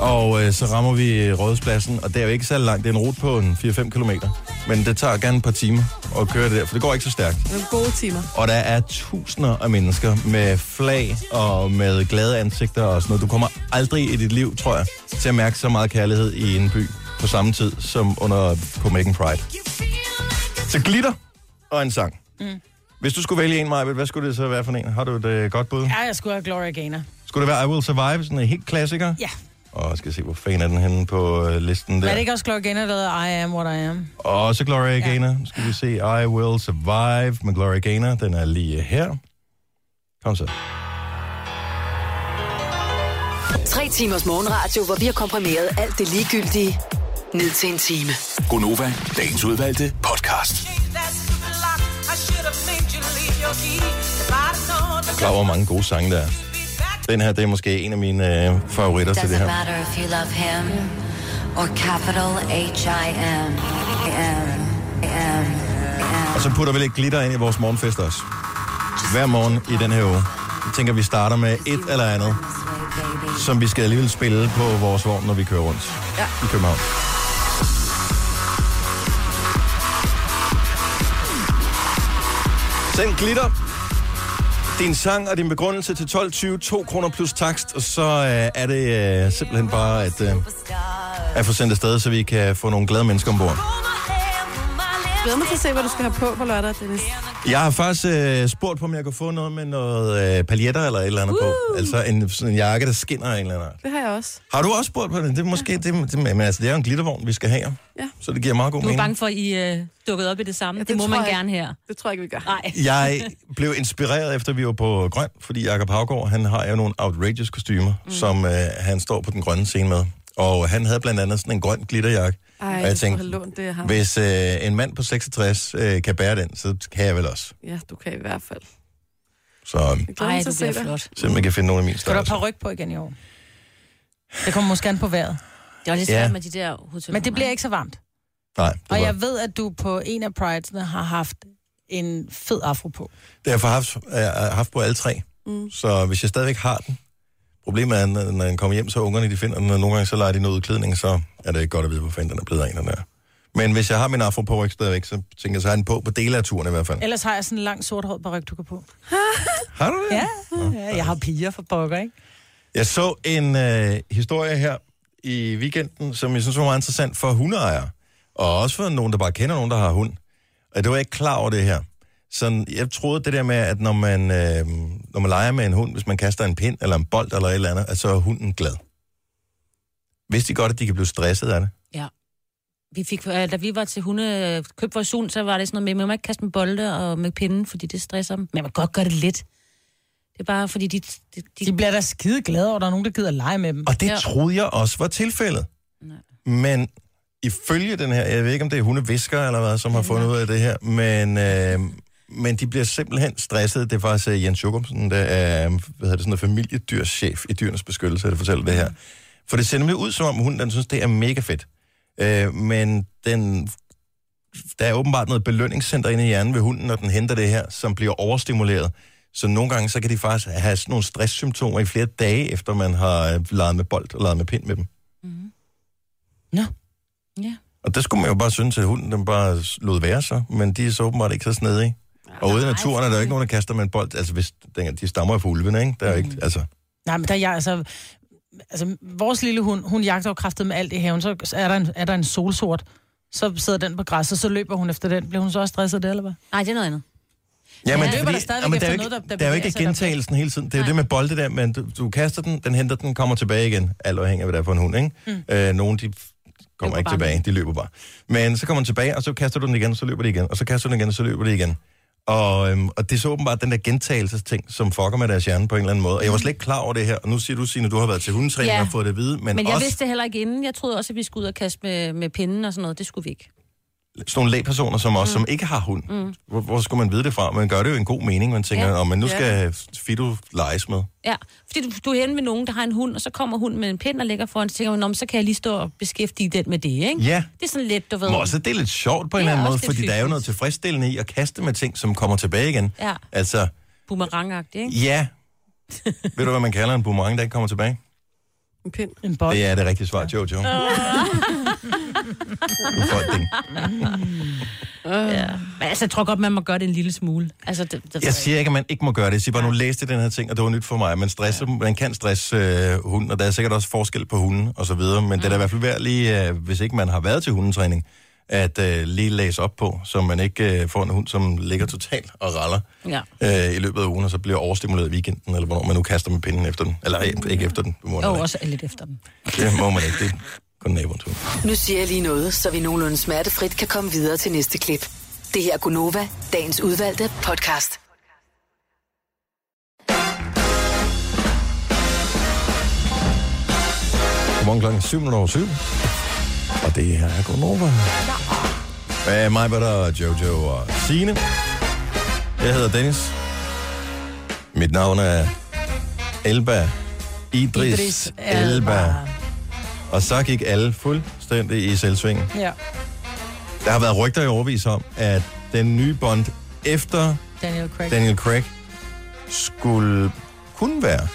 Speaker 1: Og øh, så rammer vi Rådhuspladsen, og det er jo ikke så langt. Det er en rute på en 4-5 km. Men det tager gerne et par timer at køre det der, for det går ikke så stærkt.
Speaker 3: Nogle gode timer.
Speaker 1: Og der er tusinder af mennesker med flag og med glade ansigter og sådan noget. Du kommer aldrig i dit liv, tror jeg, til at mærke så meget kærlighed i en by på samme tid som under Copenhagen Pride. Så glitter og en sang. Mm. Hvis du skulle vælge en, Maja, hvad skulle det så være for en? Har du et øh, godt bud?
Speaker 4: Ja, jeg skulle have Gloria Gaynor.
Speaker 1: Skulle det være I Will Survive, sådan en helt klassiker?
Speaker 4: Ja.
Speaker 1: Og skal jeg se, hvor fanden er den henne på øh, listen
Speaker 4: Er
Speaker 1: der.
Speaker 4: det ikke også Gloria Gaynor, der hedder I am what I am?
Speaker 1: Og så Gloria Gaynor. Nu Skal vi se I Will Survive med Gloria Gaynor. Den er lige her. Kom så.
Speaker 5: Tre timers morgenradio, hvor vi har komprimeret alt det ligegyldige ned til en time.
Speaker 6: Gonova, dagens udvalgte podcast.
Speaker 1: Klar over hvor mange gode sange der er. Den her, det er måske en af mine øh, favoritter til det
Speaker 7: Doesn't
Speaker 1: her.
Speaker 7: matter if you love him or capital H I M. M. M.
Speaker 1: Og så putter vi lidt glitter ind i vores morgenfest også. Hver morgen i den her uge. Jeg tænker, vi starter med et eller andet,
Speaker 7: This way, baby.
Speaker 1: som vi skal alligevel spille på vores vogn, når vi kører rundt ja. i København. Send glitter. Din sang og din begrundelse til 12.20, 2 kroner plus takst, og så øh, er det øh, simpelthen bare at, øh,
Speaker 7: Superstar.
Speaker 1: at få sendt afsted, så vi kan få nogle glade mennesker ombord.
Speaker 3: Glæder mig til at se, hvad du skal have på på lørdag, Dennis.
Speaker 1: Jeg har faktisk øh, spurgt på, om jeg kunne få noget med noget øh, paljetter eller et eller andet uh. på. Altså en, sådan en jakke, der skinner af en eller anden art.
Speaker 3: Det har jeg også.
Speaker 1: Har du også spurgt på det? Det er måske, det, det, men altså, det er jo en glittervogn, vi skal have.
Speaker 3: Ja.
Speaker 1: Så det giver meget god
Speaker 2: Du er
Speaker 1: mening.
Speaker 2: bange for, at I øh, dukkede op i det samme. Ja, det, det må
Speaker 3: tror
Speaker 2: man
Speaker 3: jeg.
Speaker 2: gerne her.
Speaker 3: Det tror jeg ikke, vi gør.
Speaker 2: Nej.
Speaker 1: Jeg blev inspireret, efter vi var på Grøn, fordi Jakob Havgård, han har jo nogle outrageous kostymer, mm. som øh, han står på den grønne scene med. Og han havde blandt andet sådan en grøn glitterjakke.
Speaker 3: Ej,
Speaker 1: og
Speaker 3: jeg
Speaker 1: jeg
Speaker 3: tror,
Speaker 1: tænkte,
Speaker 3: jeg lånte det af ham.
Speaker 1: hvis øh, en mand på 66 øh, kan bære den, så kan jeg vel også.
Speaker 3: Ja, du kan i hvert fald.
Speaker 1: Så øh,
Speaker 3: Jeg glæder
Speaker 2: Ej,
Speaker 3: mig til
Speaker 2: det
Speaker 3: at se
Speaker 2: bliver
Speaker 3: det.
Speaker 2: flot.
Speaker 1: simpelthen kan finde nogen i min
Speaker 4: Skal du
Speaker 1: størrelse.
Speaker 4: have ryg på igen i år? Det kommer måske an på vejret.
Speaker 2: Det var lidt
Speaker 1: Ja.
Speaker 2: svært med de der hoteller.
Speaker 4: Men det bliver ikke så varmt.
Speaker 1: Nej, det
Speaker 4: Og
Speaker 1: var-
Speaker 4: jeg ved, at du på en af pridesene har haft en fed afro på.
Speaker 1: Det har jeg for haft, jeg har haft på alle tre. Mm. Så hvis jeg stadigvæk har den, problemet er, når når den kommer hjem, så er ungerne, de finder den, og nogle gange så leger de noget udklædning, så er det ikke godt at vide, hvor fanden den er blevet af, den er. Men hvis jeg har min afro på ryg stadigvæk, så tænker jeg, så har jeg den på på dele af turen i hvert fald.
Speaker 4: Ellers har jeg sådan en lang sort hår på ryg, du kan på.
Speaker 1: Har du det?
Speaker 4: Ja, ja jeg har piger for pokker, ikke?
Speaker 1: Jeg så en øh, historie her i weekenden, som jeg synes var meget interessant for hundeejere. Og også for nogen, der bare kender nogen, der har hund. Og det var jeg ikke klar over det her. Sådan, jeg troede det der med, at når man, øh, når man leger med en hund, hvis man kaster en pind eller en bold eller et eller andet, at så er hunden glad. Vidste de godt, at de kan blive stresset af det?
Speaker 2: Ja. Vi fik, øh, da vi var til hunde, øh, køb vores hund, så var det sådan noget med, man må ikke kaste med bolde og med pinden, fordi det stresser dem. Men man må godt gøre det lidt. Det er bare, fordi de... de,
Speaker 4: De bliver da skide glade over, at der er nogen, der gider lege med dem.
Speaker 1: Og det ja.
Speaker 2: Ja.
Speaker 1: troede jeg også var tilfældet. Nej. Men ifølge den her, jeg ved ikke om det er hundevisker eller hvad, som har fundet ud af det her, men, øh, men de bliver simpelthen stresset. Det er faktisk øh, Jens Jokumsen, der er hvad hedder det, sådan noget familiedyrschef i dyrenes beskyttelse, der fortæller det her. For det ser nemlig ud som om hunden, den synes, det er mega fedt. Øh, men den, der er åbenbart noget belønningscenter inde i hjernen ved hunden, når den henter det her, som bliver overstimuleret. Så nogle gange, så kan de faktisk have sådan nogle stresssymptomer i flere dage, efter man har øh, leget med bold og leget med pind med dem.
Speaker 2: Mhm.
Speaker 4: Nå.
Speaker 2: Ja.
Speaker 1: Og der skulle man jo bare synes, at hunden den bare lod være sig, men de er så åbenbart ikke så snedige. Og ude i naturen er der jo ikke nogen, der kaster med en bold. Altså, hvis den, de stammer jo fra ulvene, ikke? Der er jo ikke, altså...
Speaker 4: Nej, men der er jeg altså... Altså, vores lille hund, hun jagter jo kraftet med alt i haven. Så er der en, er der en solsort, så sidder den på græsset, så løber hun efter den. Bliver hun så også stresset af det, eller hvad?
Speaker 2: Nej, det er noget andet.
Speaker 1: Ja, men,
Speaker 4: løber
Speaker 1: fordi,
Speaker 4: der stadigvæk
Speaker 1: jamen, der er jo
Speaker 4: efter
Speaker 1: ikke,
Speaker 4: noget, der- der
Speaker 1: der er jo ikke
Speaker 4: bevæger sig, der
Speaker 1: gentagelsen hele tiden. Det er jo det med bolde der, men du, du kaster den, den henter den, kommer tilbage igen. Alt afhængig af, hvad der er for en hund, ikke? Mm. Øh, nogle, de f- kommer
Speaker 2: Løber
Speaker 1: ikke
Speaker 2: bare
Speaker 1: tilbage, de løber bare. Men så kommer den tilbage, og så kaster du den igen, og så løber de igen, og så kaster du den igen, og så løber de igen. Og, øhm, og det er så åbenbart den der gentagelsesting, som fucker med deres hjerne på en eller anden måde. Og jeg var slet ikke klar over det her, og nu siger du, Signe, du har været til hundetræning
Speaker 2: Ja.
Speaker 1: og fået det at vide, men,
Speaker 2: Men
Speaker 1: men
Speaker 2: jeg
Speaker 1: også
Speaker 2: vidste det heller ikke inden. Jeg troede også, at vi skulle ud og kaste med, med pinden og sådan noget. Det skulle vi ikke.
Speaker 1: sådan nogle lægpersoner som os, mm. som ikke har hund. Mm. Hvor, hvor skulle man vide det fra? Man gør det jo en god mening, man tænker,
Speaker 2: Ja.
Speaker 1: ja. men nu skal Fido leges med.
Speaker 2: Ja, fordi du, du er henne ved nogen, der har en hund, og så kommer hunden med en pind og ligger foran, så tænker man, "Nå, men så kan jeg lige stå og beskæftige den med det, ikke?
Speaker 1: Ja.
Speaker 2: Det er sådan lidt, du ved.
Speaker 1: Men også, det er lidt sjovt på en
Speaker 2: Ja,
Speaker 1: eller anden
Speaker 2: også
Speaker 1: måde,
Speaker 2: lidt
Speaker 1: fordi der er jo
Speaker 2: hyggeligt.
Speaker 1: noget tilfredsstillende i at kaste med ting, som kommer tilbage igen.
Speaker 2: Ja.
Speaker 1: Altså,
Speaker 2: Boomerangagtigt, ikke?
Speaker 1: ja. Ved du, hvad man kalder en boomerang, der ikke kommer tilbage?
Speaker 3: En pind.
Speaker 4: En bold.
Speaker 1: Det er det rigtige svar, Jojo. Du får den.
Speaker 2: Men altså, jeg tror godt, man må gøre det en lille smule. Altså, det, det ved
Speaker 1: Jeg
Speaker 2: ikke.
Speaker 1: siger ikke, at man ikke må gøre det. Jeg siger bare, nu læste jeg den her ting, og det var nyt for mig. Man, stresser, man kan stresse øh, hunden, og der er sikkert også forskel på hunden og så videre. Men det
Speaker 2: Mm.
Speaker 1: er da i hvert fald værd lige, øh, hvis ikke man har været til hundetræning, at øh, lige læse op på, så man ikke øh, får en hund, som ligger totalt og raller
Speaker 2: Ja.
Speaker 1: øh, i løbet af ugen, og så bliver overstimuleret i weekenden, eller hvornår man nu kaster med pinden efter den. Eller øh, ikke efter den, det må man
Speaker 2: Og
Speaker 1: ikke.
Speaker 2: også lidt efter dem.
Speaker 1: Det må man ikke. Det er kun naboen til.
Speaker 5: Nu siger jeg lige noget, så vi nogenlunde smertefrit kan komme videre til næste klip. Det her er Gunova, dagens udvalgte podcast.
Speaker 1: Godmorgen klokken 7.07. Og det her er Gunova. Med mig, Britta, og Jojo og Signe. Jeg hedder Dennis. Mit navn er Elba. Idris, Idris Elba. Elba. Og så gik alle fuldstændig i selvsving.
Speaker 4: Ja,
Speaker 1: Der har været rygter i overvis om, at den nye Bond efter
Speaker 4: Daniel Craig. Den...
Speaker 1: Daniel Craig skulle kunne være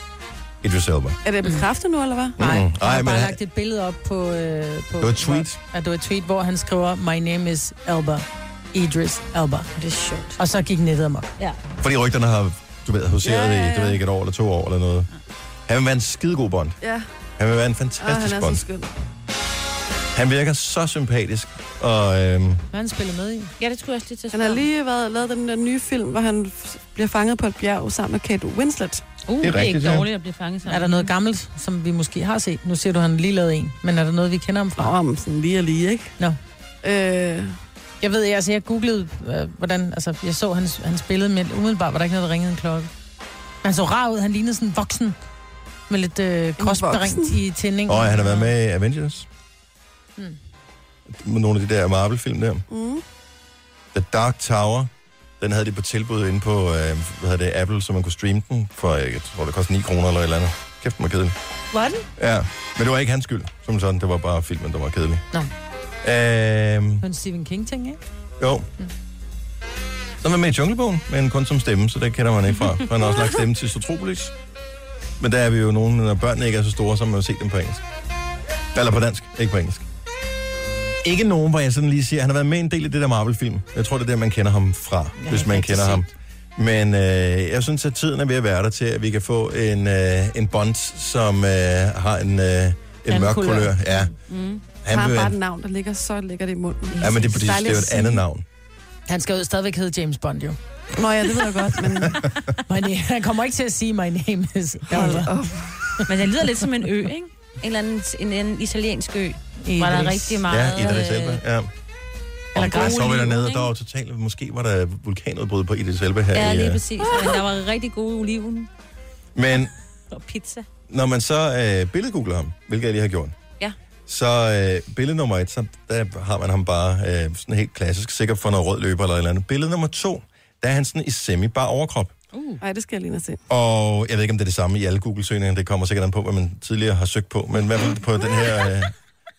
Speaker 1: Idris Elba.
Speaker 3: Er det bekræftet nu, eller hvad?
Speaker 4: Nej,
Speaker 1: Mm.
Speaker 4: han
Speaker 1: Ej,
Speaker 4: har
Speaker 1: men
Speaker 4: bare
Speaker 1: han-
Speaker 4: lagt et billede op på... Øh, på
Speaker 1: Det var et tweet.
Speaker 4: Hvor, ja, det var et tweet, hvor han skriver, My name is Alba. Idris Alba.
Speaker 2: Det er sjovt.
Speaker 4: Og så gik nettet amok.
Speaker 2: Ja.
Speaker 1: Fordi rygterne har, du ved, huseret
Speaker 3: Ja, ja,
Speaker 1: i,
Speaker 3: ja.
Speaker 1: du ved ikke, et år eller to år eller noget. Han vil være en skidegod Bond.
Speaker 3: Ja,
Speaker 1: Han vil være en
Speaker 3: Åh, han
Speaker 1: fantastisk
Speaker 3: er
Speaker 1: Bond.
Speaker 3: så skøn.
Speaker 1: Han virker så sympatisk, og øhm,
Speaker 4: Hvad han spillet med i?
Speaker 2: ja, det skulle jeg også lige til at
Speaker 3: Han
Speaker 2: spørge
Speaker 3: har
Speaker 2: om.
Speaker 3: lige været, lavet den der nye film, hvor han f- bliver fanget på et bjerg sammen med Kate Winslet.
Speaker 2: Uh, det er,
Speaker 1: rigtigt,
Speaker 2: ikke
Speaker 1: ja.
Speaker 2: dårligt at blive fanget sammen.
Speaker 4: Er der noget
Speaker 1: Mm.
Speaker 4: gammelt, som vi måske har set? Nu ser du, han har lige lavet en. Men er der noget, vi kender ham fra?
Speaker 3: Nå, om sådan lige og lige, ikke?
Speaker 4: Nå.
Speaker 3: Øh,
Speaker 4: Jeg ved, altså jeg googlede, øh, hvordan, altså jeg så hans, hans billede, men umiddelbart var der ikke noget, der ringede en klokke. Men han så rar ud, han lignede sådan en voksen, med lidt øh, kostberingt
Speaker 3: voksen?
Speaker 4: i tænding.
Speaker 1: og han har været med i Avengers. Mm. Nogle af de der Marvel-film der.
Speaker 3: mm.
Speaker 1: The Dark Tower, den havde de på tilbud inde på øh, hvad hedder det, Apple, så man kunne streame den for, øh, jeg tror, det kostede 9 kroner eller et eller andet. Kæft, den var kedelig.
Speaker 2: Var den?
Speaker 1: Ja, men det var ikke hans skyld, som sådan. Det var bare filmen, der var kedelig.
Speaker 4: Nå.
Speaker 1: Øhm,
Speaker 4: Men Stephen King ting, ikke?
Speaker 1: Jo. Så var med i Junglebogen, men kun som stemme, så det kender man ikke fra. For han har også lagt stemme til Sotropolis. Men der er vi jo nogen, når børnene ikke er så store, så har man jo set dem på engelsk. Eller på dansk, ikke på engelsk. Ikke nogen, hvor jeg sådan lige siger, han har været med i en del af det der Marvel-film. Jeg tror, det er der, man kender ham fra, ja, hvis
Speaker 4: ikke
Speaker 1: man
Speaker 4: rigtig
Speaker 1: kender ham.
Speaker 4: set
Speaker 1: Men øh, jeg synes, at tiden er ved at være der til, at vi kan få en, øh, en Bond, som øh, har en, øh, en
Speaker 4: Anden
Speaker 1: mørk
Speaker 4: kulør.
Speaker 1: kulør. Ja. Mm.
Speaker 3: Han har
Speaker 1: blev
Speaker 3: bare
Speaker 1: en-
Speaker 3: et navn, der ligger så lækkert i munden.
Speaker 1: Ja, men det er fordi, det er jo et andet navn.
Speaker 4: Han skal jo stadigvæk hedde James Bond, jo.
Speaker 3: Nå ja, det ved jeg godt, men
Speaker 4: My name. Han kommer ikke til at sige, my name is
Speaker 3: hold
Speaker 4: Elba.
Speaker 3: op.
Speaker 2: Men det lyder lidt som en ø, ikke? En eller anden en, en italiensk ø, hvor der er rigtig meget... øh,
Speaker 1: Ja, Idris Elba. Ja. Om
Speaker 2: gode
Speaker 1: så var vi
Speaker 2: liv,
Speaker 1: dernede, og
Speaker 2: ikke?
Speaker 1: der var totalt, måske var der vulkanudbrud på Idris Elba her.
Speaker 2: Ja,
Speaker 1: i,
Speaker 2: lige
Speaker 1: øh,
Speaker 2: præcis. Men der var rigtig gode oliven
Speaker 1: Men
Speaker 2: og pizza.
Speaker 1: når man så øh, billedgoogler ham, hvilket jeg lige har gjort,
Speaker 2: Ja.
Speaker 1: så øh, billede nummer et, så der har man ham bare øh, sådan helt klassisk, sikkert for noget rød løber eller et eller andet. Billede nummer to, der er han sådan i semi-bar overkrop.
Speaker 3: Nej, det skal jeg lige ned se.
Speaker 1: Og jeg ved ikke, om det er det samme i alle Google-søgninger. Det kommer sikkert an på, hvad man tidligere har søgt på. Men i hvert fald på den her... Øh,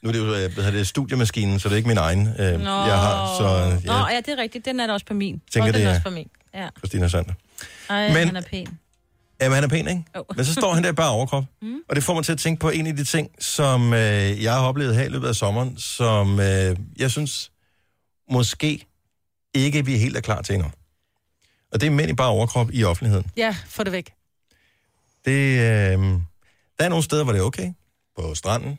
Speaker 1: nu er det jo øh, hvad hedder det, studiemaskinen, så det er ikke min egen, øh,
Speaker 2: Nå.
Speaker 1: jeg har. Så øh,
Speaker 2: Nå,
Speaker 1: jeg
Speaker 2: ja, det er rigtigt. Den er der også på min.
Speaker 1: tænker,
Speaker 4: Og den
Speaker 1: det
Speaker 4: er
Speaker 1: er
Speaker 4: også på min.
Speaker 2: Ja.
Speaker 1: Christina Sander.
Speaker 2: Ej,
Speaker 1: Men-
Speaker 2: Men... han er pæn.
Speaker 1: Jamen, han er pæn, ikke?
Speaker 2: Jo.
Speaker 1: Men så står han der bare overkrop. Mm. Og det får mig til at tænke på en af de ting, som øh, jeg har oplevet her i løbet af sommeren, som øh, jeg synes måske ikke vi helt er klar til endnu. Og det er mænd i bare overkrop i offentligheden.
Speaker 4: Ja, få det væk.
Speaker 1: Det, øh, der er nogle steder, hvor det er okay. På stranden.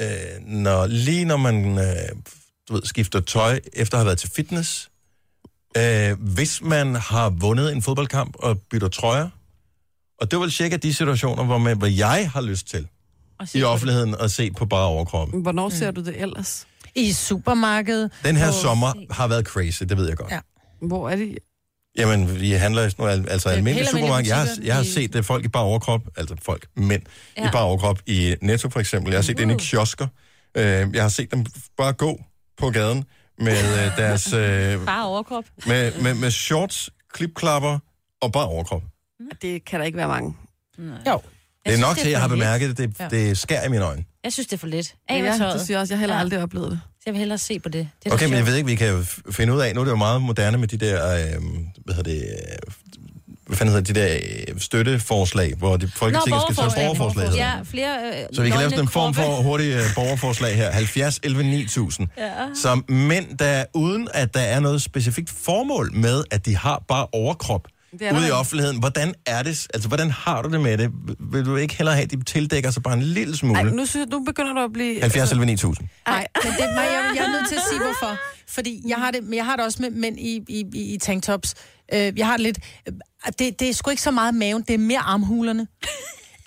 Speaker 1: Øh, når, lige når man øh, du ved, skifter tøj efter at have været til fitness. Øh, hvis man har vundet en fodboldkamp og bytter trøjer. Og det var vel cirka de situationer, hvor, man, hvor jeg har lyst til
Speaker 2: Og se
Speaker 1: i
Speaker 2: på-
Speaker 1: offentligheden at se på bare overkroppen.
Speaker 3: Hvornår ser du det ellers?
Speaker 4: I supermarkedet.
Speaker 1: Den her sommer har været crazy, det ved jeg godt.
Speaker 4: Ja.
Speaker 3: Hvor er det?
Speaker 1: Jamen, vi handler i sådan nogle al- altså
Speaker 4: Ja,
Speaker 1: almindelige
Speaker 4: helt almindelige
Speaker 1: supermarkeder. Jeg, har-
Speaker 4: butikker.
Speaker 1: jeg har
Speaker 4: I-
Speaker 1: set øh, folk i bare overkrop, altså folk, mænd ja. i
Speaker 2: Ja.
Speaker 1: bare overkrop i Netto for eksempel. Jeg har set det inde i
Speaker 2: Uh.
Speaker 1: kiosker. Øh, Jeg har set dem bare gå på gaden med øh, deres øh,
Speaker 2: Bare overkrop.
Speaker 1: med, med, med shorts, klipklapper og bare overkrop.
Speaker 3: Det kan der ikke være mange.
Speaker 4: Jo.
Speaker 1: Det er
Speaker 2: synes,
Speaker 1: nok
Speaker 2: det er
Speaker 1: til, jeg har
Speaker 2: for lidt.
Speaker 1: bemærket det. Det,
Speaker 4: Ja.
Speaker 1: det skærer i mine øjne.
Speaker 2: Jeg synes, det er for lidt. Af med
Speaker 3: Ja, det
Speaker 2: tøjet.
Speaker 3: siger jeg også. Jeg har heller
Speaker 2: Ja.
Speaker 3: aldrig oplevet det.
Speaker 2: Så jeg vil hellere se på det. det er
Speaker 1: Okay,
Speaker 2: så
Speaker 1: men jeg
Speaker 2: sjovt.
Speaker 1: ved ikke, vi kan f- finde ud af. Nu er det jo meget moderne med de der, øh, hvad hedder det, øh, hvad fanden hedder de der øh, støtteforslag, hvor de, Folketinget skal tage borgerforslag. hedder det.
Speaker 2: Ja, flere... Øh,
Speaker 1: Så vi kan lave
Speaker 2: nøgne
Speaker 1: sådan en form for
Speaker 2: kroppe.
Speaker 1: hurtig øh, borgerforslag her. 70 11 9000. Ja. Så mænd, der uden at der er noget specifikt formål med, at de har bare overkrop
Speaker 3: Det er der
Speaker 1: ude i
Speaker 3: ikke.
Speaker 1: offentligheden, hvordan er det? Altså, hvordan har du det med det? Vil du ikke hellere have, at de tildækker sig bare en lille smule?
Speaker 3: Ej,
Speaker 1: Ej,
Speaker 3: nu, synes jeg, nu begynder du at blive...
Speaker 1: 70 11 9000.
Speaker 4: Nej, men det, nej, jeg, jeg er nødt til at sige, hvorfor. Fordi jeg har det, men jeg har det også med mænd i, i, i, i tanktops. Øh, jeg har det lidt... øh, Det, det er sgu ikke så meget maven, det er mere armhulerne.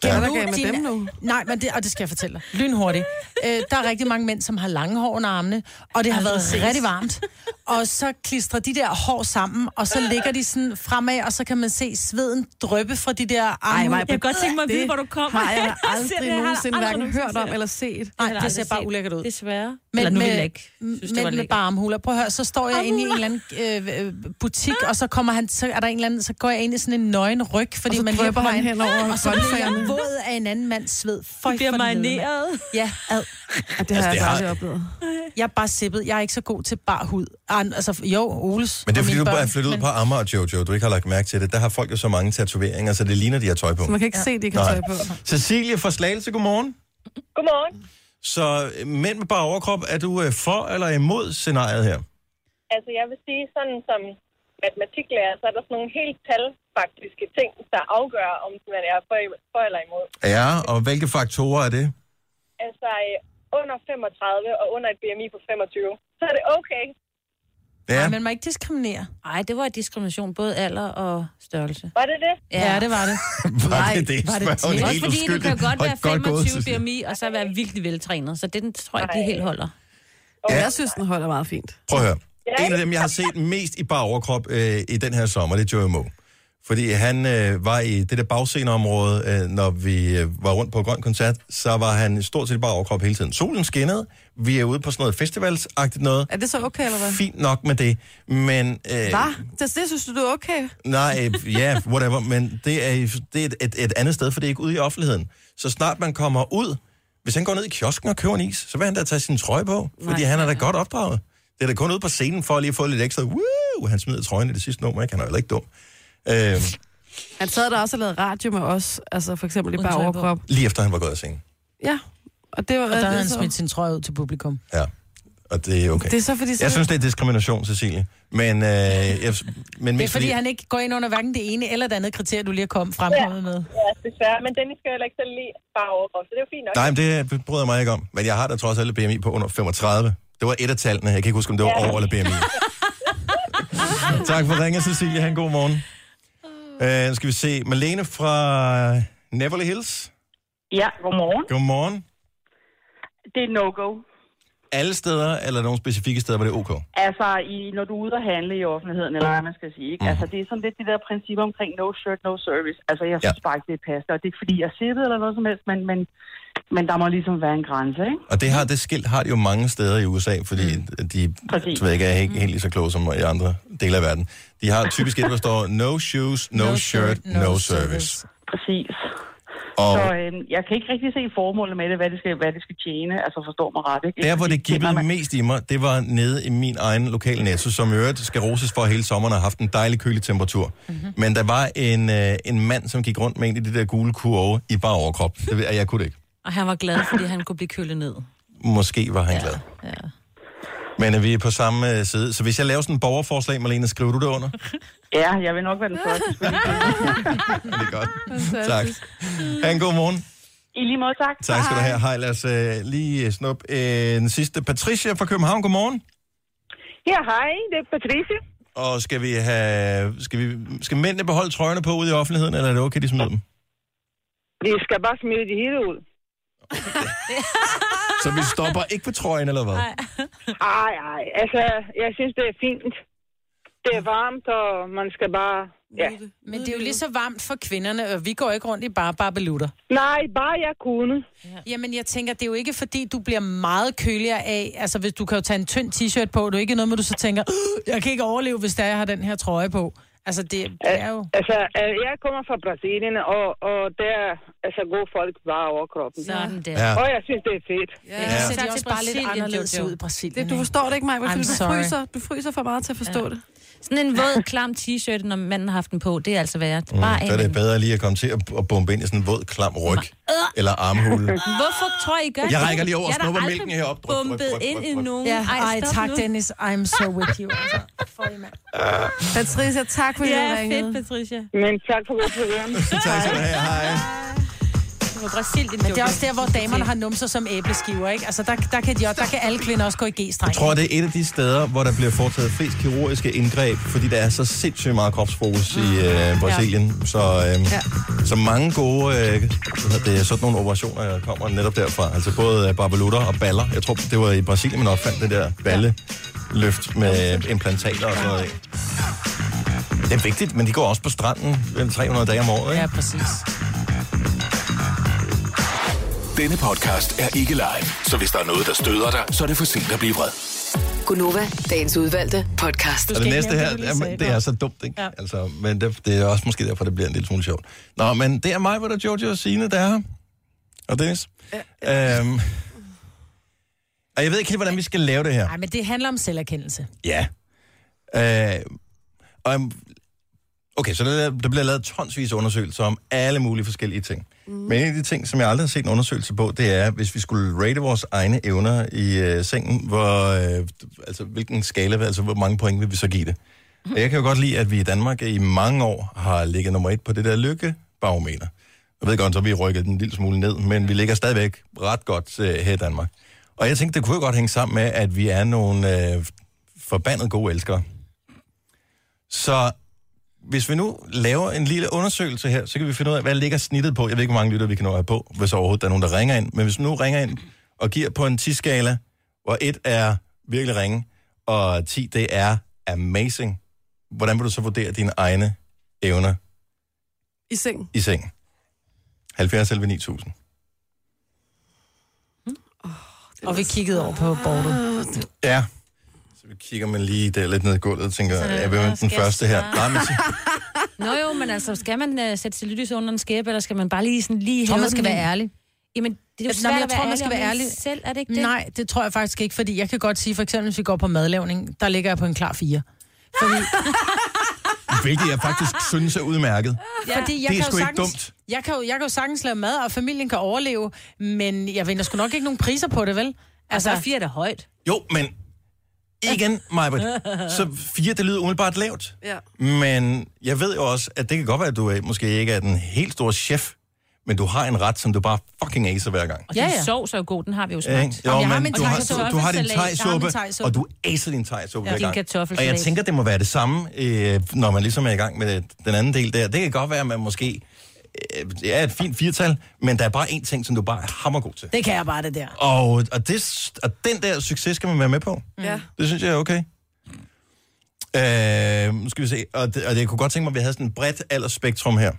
Speaker 3: Ja,
Speaker 4: Kan
Speaker 3: hvad
Speaker 4: du
Speaker 3: gav med dem nu?
Speaker 4: Nej, men det, og det skal jeg fortælle dig. Lynhurtigt. Øh, der er rigtig mange mænd, som har lange hår under armene, og det har været rigtig varmt. Og så klistrer de der hår sammen, og så ligger de sådan fremad, og så kan man se sveden drøppe fra de der armhule.
Speaker 2: Jeg kunne godt tænke mig at vide, hvor du kommer.
Speaker 3: har jeg
Speaker 2: ser det, jeg
Speaker 3: aldrig
Speaker 2: har
Speaker 3: nogensinde
Speaker 2: aldrig
Speaker 3: hverken
Speaker 2: nogensinde
Speaker 3: hørt om
Speaker 2: set.
Speaker 3: eller set.
Speaker 4: Nej,
Speaker 2: har jeg
Speaker 4: det ser
Speaker 2: aldrig
Speaker 4: bare
Speaker 2: set.
Speaker 4: ulækkert ud.
Speaker 2: Desværre.
Speaker 4: Men
Speaker 2: Eller nu
Speaker 4: med-
Speaker 2: ville jeg ikke synes, det var
Speaker 4: men med
Speaker 2: lækkert.
Speaker 4: bare armhuler. Prøv at høre, så står jeg inde i en eller anden øh, øh, butik, og så kommer han, så er der en eller anden, så går jeg ind i sådan en nøgen ryg, fordi
Speaker 3: Og så
Speaker 4: man
Speaker 3: drøber
Speaker 4: løber
Speaker 3: han
Speaker 4: herind.
Speaker 3: hen over
Speaker 4: og så bliver jeg
Speaker 3: grøntsagerne.
Speaker 4: våd af en anden mands sved. Føj
Speaker 2: Du bliver
Speaker 4: for neden.
Speaker 2: marineret.
Speaker 4: Ja, ad.
Speaker 3: Ja, det har
Speaker 1: det
Speaker 3: jeg
Speaker 1: har-
Speaker 3: altså aldrig oplevet.
Speaker 4: Jeg er bare sippet. Jeg er ikke så god til bar hud. An- Altså, jo, Oles.
Speaker 1: Men det er
Speaker 4: og
Speaker 1: fordi, du
Speaker 4: mine
Speaker 1: bare er
Speaker 4: børn,
Speaker 1: flyttet ud på
Speaker 4: men-
Speaker 1: Amager og Jojo, du ikke har lagt mærke til det. Der har folk jo så mange tatoveringer, så det ligner, de har tøj på.
Speaker 3: Man kan ikke se, det kan
Speaker 1: Nej.
Speaker 3: tøj på.
Speaker 1: Cecilie fra Slagelse, godmorgen.
Speaker 8: Godmorgen.
Speaker 1: Så øh, mænd med bare overkrop, er du øh, for eller imod scenariet her?
Speaker 8: Altså, jeg vil sige, sådan som matematiklærer, så er der sådan nogle helt talfaktiske ting, der afgør, om man er for, for eller imod.
Speaker 1: Ja, og hvilke faktorer er det?
Speaker 8: Altså, øh, under 35 og under et BMI på 25, så er det okay.
Speaker 1: Ja.
Speaker 4: Nej, man må ikke diskriminere.
Speaker 2: Nej, det var diskrimination, både alder og størrelse.
Speaker 8: Var det det?
Speaker 4: Ja, det var det.
Speaker 1: Var
Speaker 4: Nej,
Speaker 1: det det?
Speaker 4: var det
Speaker 1: Spørger hun
Speaker 4: det?
Speaker 1: helt
Speaker 2: Også fordi du
Speaker 1: uskyldigt.
Speaker 2: kan godt
Speaker 1: Og
Speaker 2: være
Speaker 1: gået,
Speaker 2: 25
Speaker 1: Cecilie.
Speaker 2: BMI, og så være virkelig veltrænet. Så det den tror jeg ikke, det helt holder.
Speaker 3: Ja. Jeg synes, den holder meget fint.
Speaker 1: Prøv at høre.
Speaker 8: Ja.
Speaker 1: En af dem, jeg har set mest i bare overkrop øh, i den her sommer, det er Joey Moe. Fordi han øh, var i det der bagsceneområde, øh, når vi øh, var rundt på Grøn Koncert, så var han stort set i bare overkrop hele tiden. Solen skinnede, vi er ude på sådan noget festivalsagtigt noget.
Speaker 3: Er det så okay, eller hvad?
Speaker 1: Fint nok med det, men... Øh,
Speaker 3: Hvad? Det, det synes du, du er okay?
Speaker 1: Nej, øh, ja, yeah, whatever, men det er, i- det er et, et, et andet sted, for det er ikke ude i offentligheden. Så snart man kommer ud, hvis han går ned i kiosken og køber en is, så vil han da tage sin trøje på, fordi
Speaker 2: Nej.
Speaker 1: han er da godt opdraget. Det er da kun ude på scenen for at lige få lidt ekstra, woo, han smider trøjen i det sidste nummer, ikke? Han er jo heller ikke dum. Øh,
Speaker 3: Han sad der også og lavede radio med os, altså for eksempel i
Speaker 2: Uden
Speaker 3: bare
Speaker 2: tøj på.
Speaker 3: overkrop.
Speaker 1: lige efter han var gået af scenen.
Speaker 3: Ja, og det var...
Speaker 4: Og der havde
Speaker 3: det,
Speaker 4: han
Speaker 3: så-
Speaker 4: smidt sin trøje ud til publikum.
Speaker 1: Ja, og det er okay.
Speaker 3: det er så, fordi... Så,
Speaker 1: Jeg synes, det er diskrimination, Cecilie. Men, øh, jeg, men
Speaker 4: Det er fordi, han ikke går ind under hverken det ene eller det andet kriterie, du lige kom frem med.
Speaker 8: Ja, desværre. Men Dennis skal jo heller ikke selv lige bare overkrop, så det er jo fint nok.
Speaker 1: Nej, men det bryder jeg mig ikke om. Men jeg har da trods alt et BMI på under 35. Det var et af tallene. Jeg kan ikke huske, om det var over eller BMI. tak for ringen, Cecilie. Han god morgen. Uh, nu skal vi se. Malene fra Neverly Hills.
Speaker 9: Ja, godmorgen.
Speaker 1: Godmorgen.
Speaker 9: Det er no-go.
Speaker 1: Alle steder, eller nogle specifikke steder, hvor det er ok?
Speaker 9: Altså, i, når du er ude og handle i offentligheden, eller hvad man skal sige, ikke? Altså, det er sådan lidt det der princip omkring no shirt, no service. Altså, jeg synes
Speaker 1: Ja.
Speaker 9: ja. bare ikke, det passer. Og det er ikke, fordi jeg er sippet eller noget som helst, men, men, men der må ligesom være en grænse, ikke?
Speaker 1: Og det har det skilt har de jo mange steder i USA, fordi de
Speaker 9: Præcis.
Speaker 1: så ved jeg ikke, er ikke helt lige så kloge som i andre dele af verden. De har typisk et, hvor der står, no shoes, no, shirt, no, service.
Speaker 9: Præcis.
Speaker 1: Og
Speaker 9: Så øh, jeg kan ikke rigtig se formålet med det, hvad det skal, hvad det skal tjene. Altså, forstår mig ret, ikke?
Speaker 1: der, hvor
Speaker 9: Fordi
Speaker 1: det gibbede
Speaker 9: når man-
Speaker 1: mest i mig, det var nede i min egen lokale netto, som i øvrigt skal roses for hele sommeren og har haft en dejlig kølig temperatur. Mm-hmm. Men der var en, øh, en mand, som gik rundt med en af de der gule kurve i bare overkrop. Det, ved jeg- jeg kunne det ikke.
Speaker 2: Og han var glad, fordi han kunne blive kølet ned.
Speaker 1: Måske var han ja. glad. Men øh, vi er på samme øh, side. Så hvis jeg laver sådan en borgerforslag, Marlene, skriver du det under?
Speaker 9: Ja, jeg vil nok være den første.
Speaker 1: Det er godt. tak. Ha' en god morgen.
Speaker 9: I lige måde, tak.
Speaker 1: Tak skal du have. Hej, lad os øh, lige snuppe øh, den sidste. Patricia fra København, godmorgen.
Speaker 8: Ja, hej. Det er Patricia.
Speaker 1: Og skal vi have... Skal, vi, skal mændene beholde trøjerne på ude i offentligheden, eller er det okay, de smider dem?
Speaker 8: Vi skal bare smide det hele ud.
Speaker 1: Så vi stopper ikke på trøjen, eller hvad? Nej.
Speaker 8: Ej, ej. Altså, jeg synes, det er fint. Det er varmt, og man skal bare... Ja.
Speaker 4: Men det er jo lige så varmt for kvinderne, og vi går ikke rundt i bare barbelutter.
Speaker 8: Nej, bare jeg kunne.
Speaker 4: Jamen, jeg tænker, det er jo ikke fordi, du bliver meget køligere af, altså hvis du kan jo tage en tynd t-shirt på, det er jo ikke noget med, du så tænker, "Åh, jeg kan ikke overleve, hvis der jeg har den her trøje på. Altså, det, det er jo...
Speaker 8: Altså, øh, jeg kommer fra Brasilien, og, og der altså, går folk bare over kroppen.
Speaker 2: Sådan der.
Speaker 1: Ja.
Speaker 8: Og jeg synes, det er fedt.
Speaker 4: Ja.
Speaker 1: Ja.
Speaker 4: Det ser de også bare lidt
Speaker 2: Brasilien,
Speaker 4: anderledes
Speaker 2: Jojo.
Speaker 4: ud i Brasilien.
Speaker 3: Det, du forstår det ikke, Maja,
Speaker 4: I'm
Speaker 3: fordi du
Speaker 4: sorry.
Speaker 3: fryser, du fryser for meget til at forstå ja. det.
Speaker 2: Sådan en våd, klam t-shirt, når manden har haft den på, det er altså værre. Bare
Speaker 1: Så er
Speaker 2: af
Speaker 1: det
Speaker 2: med den.
Speaker 1: bedre lige at komme til at, at bombe ind i sådan en våd, klam ryg. Eller armhule.
Speaker 2: Hvorfor tror I, I gør det?
Speaker 1: Jeg rækker lige over og
Speaker 2: Jeg er da
Speaker 1: snupper
Speaker 2: aldrig
Speaker 1: mælken herop. Dryp, dryp,
Speaker 2: bumpet
Speaker 1: dryp,
Speaker 2: ind
Speaker 1: dryp,
Speaker 2: i
Speaker 1: dryp.
Speaker 2: nogen.
Speaker 4: Ja, ej,
Speaker 2: stop
Speaker 4: tak,
Speaker 2: nu.
Speaker 4: Dennis. I'm so with you. Altså. For I, mand.
Speaker 3: Patricia, tak fordi
Speaker 2: Ja,
Speaker 3: du ringede.
Speaker 2: fedt, Patricia.
Speaker 8: Men tak for godt program.
Speaker 1: tak skal du have. Hej.
Speaker 2: Det var Brasilien,
Speaker 4: Men det er også der, hvor damerne har numser som æbleskiver, ikke? Altså, der, der, kan, de, også- der kan alle kvinder også gå i G-streng.
Speaker 1: Jeg tror, det er et af de steder, hvor der bliver foretaget flest kirurgiske indgreb, fordi der er så sindssygt meget kropsfokus i øh, Brasilien. Så, øh, ja. så mange gode øh, hvad hedder det, sådan nogle operationer øh, kommer netop derfra. Altså både øh, barbelutter og baller. Jeg tror, det var i Brasilien, man opfandt det der balleløft med øh, implantater og sådan noget. ikke? Det er vigtigt, men de går også på stranden vel, 300 dage om året. Ikke?
Speaker 4: Ja, præcis.
Speaker 6: Denne podcast er ikke live, så hvis der er noget, der støder dig, så er det for sent at blive vred.
Speaker 5: Gunova, dagens udvalgte podcast.
Speaker 1: Og det
Speaker 4: Skal
Speaker 1: næste
Speaker 4: nævne
Speaker 1: her,
Speaker 4: det, du lige
Speaker 1: jamen,
Speaker 4: sagde
Speaker 1: det
Speaker 4: før.
Speaker 1: er så dumt, ikke? Ja.
Speaker 4: Ja.
Speaker 1: Altså, men det, det er også måske derfor, det bliver en lille smule sjovt. Nå, men det er mig, hvor der er Jojo og Signe, der er her. Og Dennis. Ja. Øhm, og jeg ved ikke helt, hvordan vi skal lave det her.
Speaker 4: Nej, men det handler om selverkendelse.
Speaker 1: Ja. Øh, og, øhm, okay, så der, der bliver lavet tonsvis af undersøgelser om alle mulige forskellige ting. Mm. Men en af de ting, som jeg aldrig har set en undersøgelse på, det er, hvis vi skulle rate vores egne evner i øh, sengen, hvor, øh, altså, hvilken skala, altså hvor mange point vil vi så give det? Og Jeg kan jo godt lide, at vi i Danmark i mange år har ligget nummer et på det der lykkebarometer. Jeg ved godt, så har vi rykket den en lille smule ned, men vi ligger stadigvæk ret godt øh, her i Danmark. Og jeg tænkte, det kunne jo godt hænge sammen med, at vi er nogle øh, forbandet gode elskere. Så hvis vi nu laver en lille undersøgelse her, så kan vi finde ud af, hvad ligger snittet på. Jeg ved ikke, hvor mange lytter vi kan nå at have på, hvis overhovedet der er nogen, der ringer ind. Men hvis vi nu ringer ind og giver på en 10-skala, hvor 1 er virkelig ringe, og 10 det er amazing, hvordan vil du så vurdere dine egne evner
Speaker 3: I sengen.
Speaker 1: i sengen? 70 11 9000.
Speaker 4: Og vi kiggede over på bordet.
Speaker 1: Ja. Så vi kigger man lige der lidt ned i gulvet og tænker,
Speaker 2: Sådan,
Speaker 1: er vi den
Speaker 2: skal jeg
Speaker 1: første her?
Speaker 2: svare?
Speaker 1: Nej, men
Speaker 2: Nå jo, men altså, skal man uh, sætte sit lys under en skæbe, eller skal man bare lige sådan lige hæve den?
Speaker 4: ærlig.
Speaker 2: Jamen, det er jo
Speaker 4: Nå,
Speaker 2: svært
Speaker 4: men jeg
Speaker 2: at være
Speaker 4: tror, man skal
Speaker 2: ærlig om
Speaker 4: være
Speaker 2: en
Speaker 4: ærlig.
Speaker 2: Selv er det ikke det?
Speaker 4: Nej, det tror jeg faktisk ikke, fordi jeg kan godt sige, for eksempel hvis vi går på madlavning, der ligger jeg på en klar fire. Fordi,
Speaker 1: hvilket jeg faktisk synes er udmærket.
Speaker 4: ja. fordi jeg
Speaker 1: Det er
Speaker 4: kan
Speaker 1: sgu
Speaker 4: jo
Speaker 1: ikke
Speaker 4: sagtens,
Speaker 1: dumt.
Speaker 4: Jeg kan, jo, jeg kan jo sagtens lave mad, og familien kan overleve, men jeg vinder sgu nok ikke nogen priser på det, vel? Altså,
Speaker 2: Altså, fire er da højt.
Speaker 1: Jo, men igen, Majbert, så fire, det lyder umiddelbart lavt.
Speaker 3: Ja.
Speaker 1: Men jeg ved jo også, at det kan godt være, at du øh, måske ikke er den helt store chef, men du har en ret, som du bare fucking acer hver gang.
Speaker 2: Og ja,
Speaker 4: Ja,
Speaker 2: ja.
Speaker 4: ja.
Speaker 2: sovs er jo god, den har vi jo
Speaker 1: Ja,
Speaker 2: smagt.
Speaker 1: ikke? Jo,
Speaker 4: Om jeg har
Speaker 1: men
Speaker 4: min
Speaker 1: du har,
Speaker 4: thaisoppe,
Speaker 1: du har din
Speaker 4: salat, jeg har min
Speaker 1: tegsuppe,
Speaker 4: thaisoppe.
Speaker 1: og du acer din tegsuppe hver
Speaker 2: Ja, din
Speaker 1: gang. Og
Speaker 2: kartoffelsalat.
Speaker 1: jeg tænker, det må være det samme, øh, når man ligesom er i gang med den anden del der. Det kan godt være, at man måske øh, det er et fint firtal, men der er bare én ting, som du bare er hammergod til.
Speaker 4: Det kan jeg bare, det der.
Speaker 1: Og, og, det, og den der succes skal man være med på.
Speaker 3: Ja.
Speaker 2: Mm.
Speaker 1: Det synes jeg er okay. Øh, nu skal vi se. Og, det, og det, jeg kunne godt tænke mig, at vi havde sådan et bredt aldersspektrum her.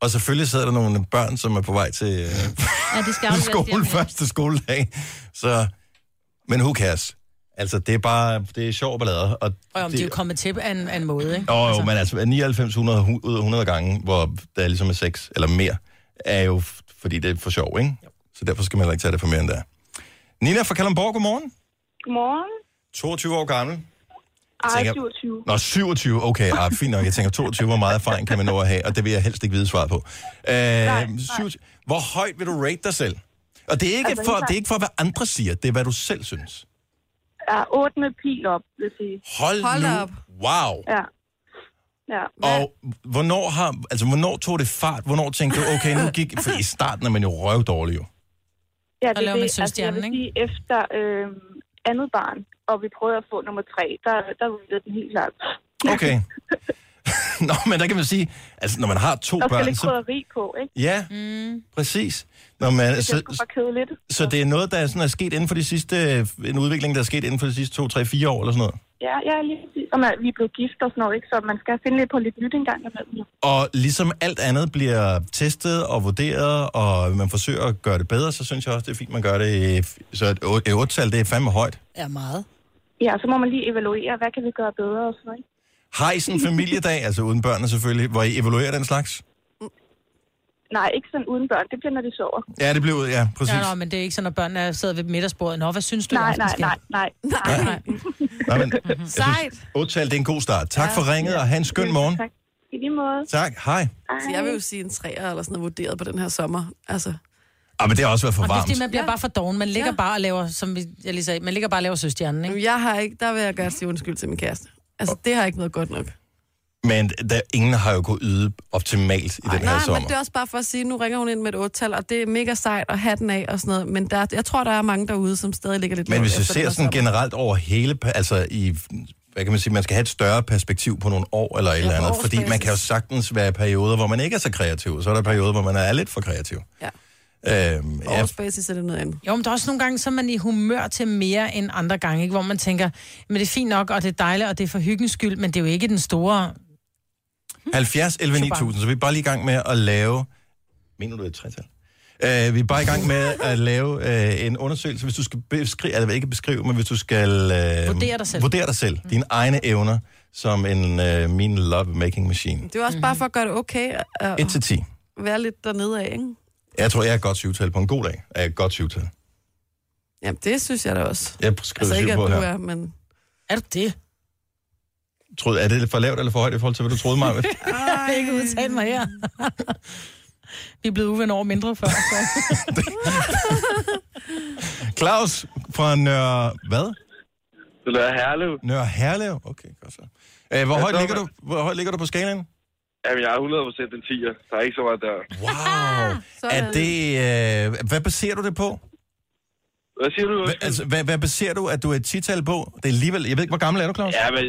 Speaker 1: Og selvfølgelig sidder der nogle børn, som er på vej til øh,
Speaker 2: Ja, det
Speaker 1: i
Speaker 2: skal afleveres lige om
Speaker 1: skole
Speaker 2: lidt.
Speaker 1: første skoledag. Så, men who cares? Altså, det er bare, det er sjov ballade. Og
Speaker 4: Og om det... de er jo kommet til af en, af en måde, ikke?
Speaker 1: jo, jo,
Speaker 4: Altså,
Speaker 1: men altså 99 100, hu- ud af 100 gange, hvor der er ligesom er seks eller mere, er jo, f- fordi det er for sjov, ikke? Så derfor skal man heller ikke tage det for mere end det er. Nina fra Kalamborg, godmorgen.
Speaker 8: Godmorgen.
Speaker 1: 22 år gammel.
Speaker 8: Ej,
Speaker 1: Tænker-
Speaker 8: 27.
Speaker 1: Nå, 27, okay, ah, fint nok. Jeg tænker, 22, hvor meget erfaring kan man nå at have, og det vil jeg helst ikke vide svaret på. Øh, 27, hvor højt vil du rate dig selv? Og det er, ikke
Speaker 8: Altså,
Speaker 1: for,
Speaker 8: helt
Speaker 1: det er ikke for, hvad andre siger, det er, hvad du selv synes.
Speaker 8: Ja, 8 med pil op, vil jeg sige.
Speaker 1: Hold,
Speaker 3: Hold
Speaker 1: nu.
Speaker 3: op.
Speaker 1: Wow.
Speaker 8: Ja. Ja.
Speaker 1: Og hvornår, har, altså, hvornår tog det fart? Hvornår tænkte du, okay, nu gik... For i starten er man jo røvdårlig jo.
Speaker 8: ja
Speaker 4: Og laver man sølvstjernen,
Speaker 8: Altså, jeg vil sige, efter øh, andet barn, og vi prøvede at få nummer tre, der, der rulede den helt klart.
Speaker 1: Okay. Nå, men der kan man sige, altså når man har to
Speaker 8: Der skal
Speaker 1: børn,
Speaker 8: lidt
Speaker 1: så...
Speaker 8: krydderi på, ikke?
Speaker 1: Ja, mm. præcis. Når man,
Speaker 8: Det skulle
Speaker 1: så,
Speaker 8: bare kede lidt.
Speaker 1: så det er noget, der er sådan er sket inden for de sidste... En udvikling, der er sket inden for de sidste to, tre, fire år eller sådan noget.
Speaker 8: Ja, ja, lige præcis. Og man, vi er blevet gift og sådan noget, ikke? Så man skal finde lidt på lidt nyt engang imellem. jo.
Speaker 1: Og ligesom alt andet bliver testet og vurderet, og man forsøger at gøre det bedre, så synes jeg også, det er fint, man gør det. i- Så et o- et 8-tal, det er fandme højt.
Speaker 4: Er meget.
Speaker 8: Ja, så må man lige evaluere, hvad kan vi gøre bedre og sådan noget, ikke?
Speaker 1: Har I sådan en familiedag, altså uden børnene selvfølgelig, hvor I evaluerer den slags?
Speaker 8: Nej, ikke sådan uden børn. Det bliver, når de sover.
Speaker 1: Ja, det blev ud, ja, præcis.
Speaker 4: Ja, nå, men det er ikke sådan, at børnene sidder ved middagsbordet. Nå, hvad synes du? i
Speaker 8: Nej,
Speaker 4: aften,
Speaker 8: nej,
Speaker 4: skat?
Speaker 8: nej, nej.
Speaker 3: Nej. Nej.
Speaker 1: Nej, men, jeg synes,
Speaker 3: Sejt.
Speaker 1: 8-tal, det er en god start. Tak for ringet, og have en skøn morgen.
Speaker 8: Tak. I lige måde.
Speaker 1: Tak, hej.
Speaker 3: Så jeg vil jo sige en træer eller sådan noget vurderet på den her sommer. Altså,
Speaker 1: Ah, men det har også været for
Speaker 4: Og det er
Speaker 1: varmt.
Speaker 4: fordi, man bliver bare for doven. Man ligger
Speaker 3: Ja.
Speaker 4: bare og laver, som vi- jeg lige sagde, man ligger bare og laver søstjernen, ikke?
Speaker 3: jamen, jeg har ikke, der vil jeg gerne sige undskyld til min kæreste. Altså, det har ikke været godt nok.
Speaker 1: Men der, ingen har jo kunnet yde optimalt i den her
Speaker 3: Nej,
Speaker 1: sommer.
Speaker 3: men det er også bare for at sige, nu ringer hun ind med et otal, og det er mega sejt at have den af og sådan noget. Men der, jeg tror, der er mange derude, som stadig ligger lidt
Speaker 1: Men
Speaker 3: lavt
Speaker 1: hvis vi
Speaker 3: efter den
Speaker 1: ser
Speaker 3: her
Speaker 1: sådan
Speaker 3: sommer.
Speaker 1: generelt over hele, pa- altså i, hvad kan man sige, man skal have et større perspektiv på nogle år eller et eller andet, fordi man
Speaker 3: årsbasis.
Speaker 1: kan jo sagtens være i perioder, hvor man ikke er så kreativ, og så er der perioder, hvor man er lidt for kreativ.
Speaker 3: Ja.
Speaker 1: Øhm,
Speaker 3: På
Speaker 1: ja,
Speaker 3: årsbasis er det noget andet.
Speaker 4: Jo, men der er også nogle gange, så er man i humør til mere end andre gange, ikke? hvor man tænker, men det er fint nok, og det er dejligt, og det er for hyggens skyld, men det er jo ikke den store...
Speaker 1: 70 11 9000, så vi er bare lige i gang med at lave... Mener du et tretal? Uh, vi er bare i gang med at lave uh, en undersøgelse, hvis du skal beskrive, eller ikke beskrive, men hvis du skal... Uh,
Speaker 4: Vurdere dig selv.
Speaker 1: Vurdere dig selv, dine egne evner, som en uh, min love-making machine.
Speaker 3: Det er jo
Speaker 10: Mhm.
Speaker 3: også bare for at gøre det okay at- at
Speaker 1: 1-10.
Speaker 3: være lidt dernede af, ikke?
Speaker 1: Jeg tror, jeg er et godt syvtal. På en god dag er jeg et godt syvtal.
Speaker 3: Jamen, det synes jeg da også.
Speaker 1: Jeg skriver altså,
Speaker 3: Altså ikke, at
Speaker 1: på
Speaker 3: du
Speaker 1: her. Er...
Speaker 3: er, men...
Speaker 4: Er du det?
Speaker 1: Troede, er det for lavt eller for højt i forhold til, hvad du troede mig?
Speaker 4: Jeg vil ikke udtale mig her. Vi er blevet uven over mindre før. Så.
Speaker 1: Claus fra Nør... Hvad?
Speaker 10: Det er Herlev.
Speaker 1: Nør Herlev? Okay, godt så. Æh, hvor,
Speaker 10: Ja,
Speaker 1: højt
Speaker 10: så-
Speaker 1: ligger du, hvor højt ligger du på skalaen?
Speaker 10: Jamen, jeg er 100% en 10'er. Der er ikke så meget der.
Speaker 1: Wow. er
Speaker 3: Sådan.
Speaker 1: det, øh, hvad baserer du det på?
Speaker 10: Hvad siger du?
Speaker 1: Hva, altså, hvad, hvad baserer du, at du er et tital på? Det er alligevel, jeg ved ikke, hvor gammel er du, Claus?
Speaker 10: Ja, men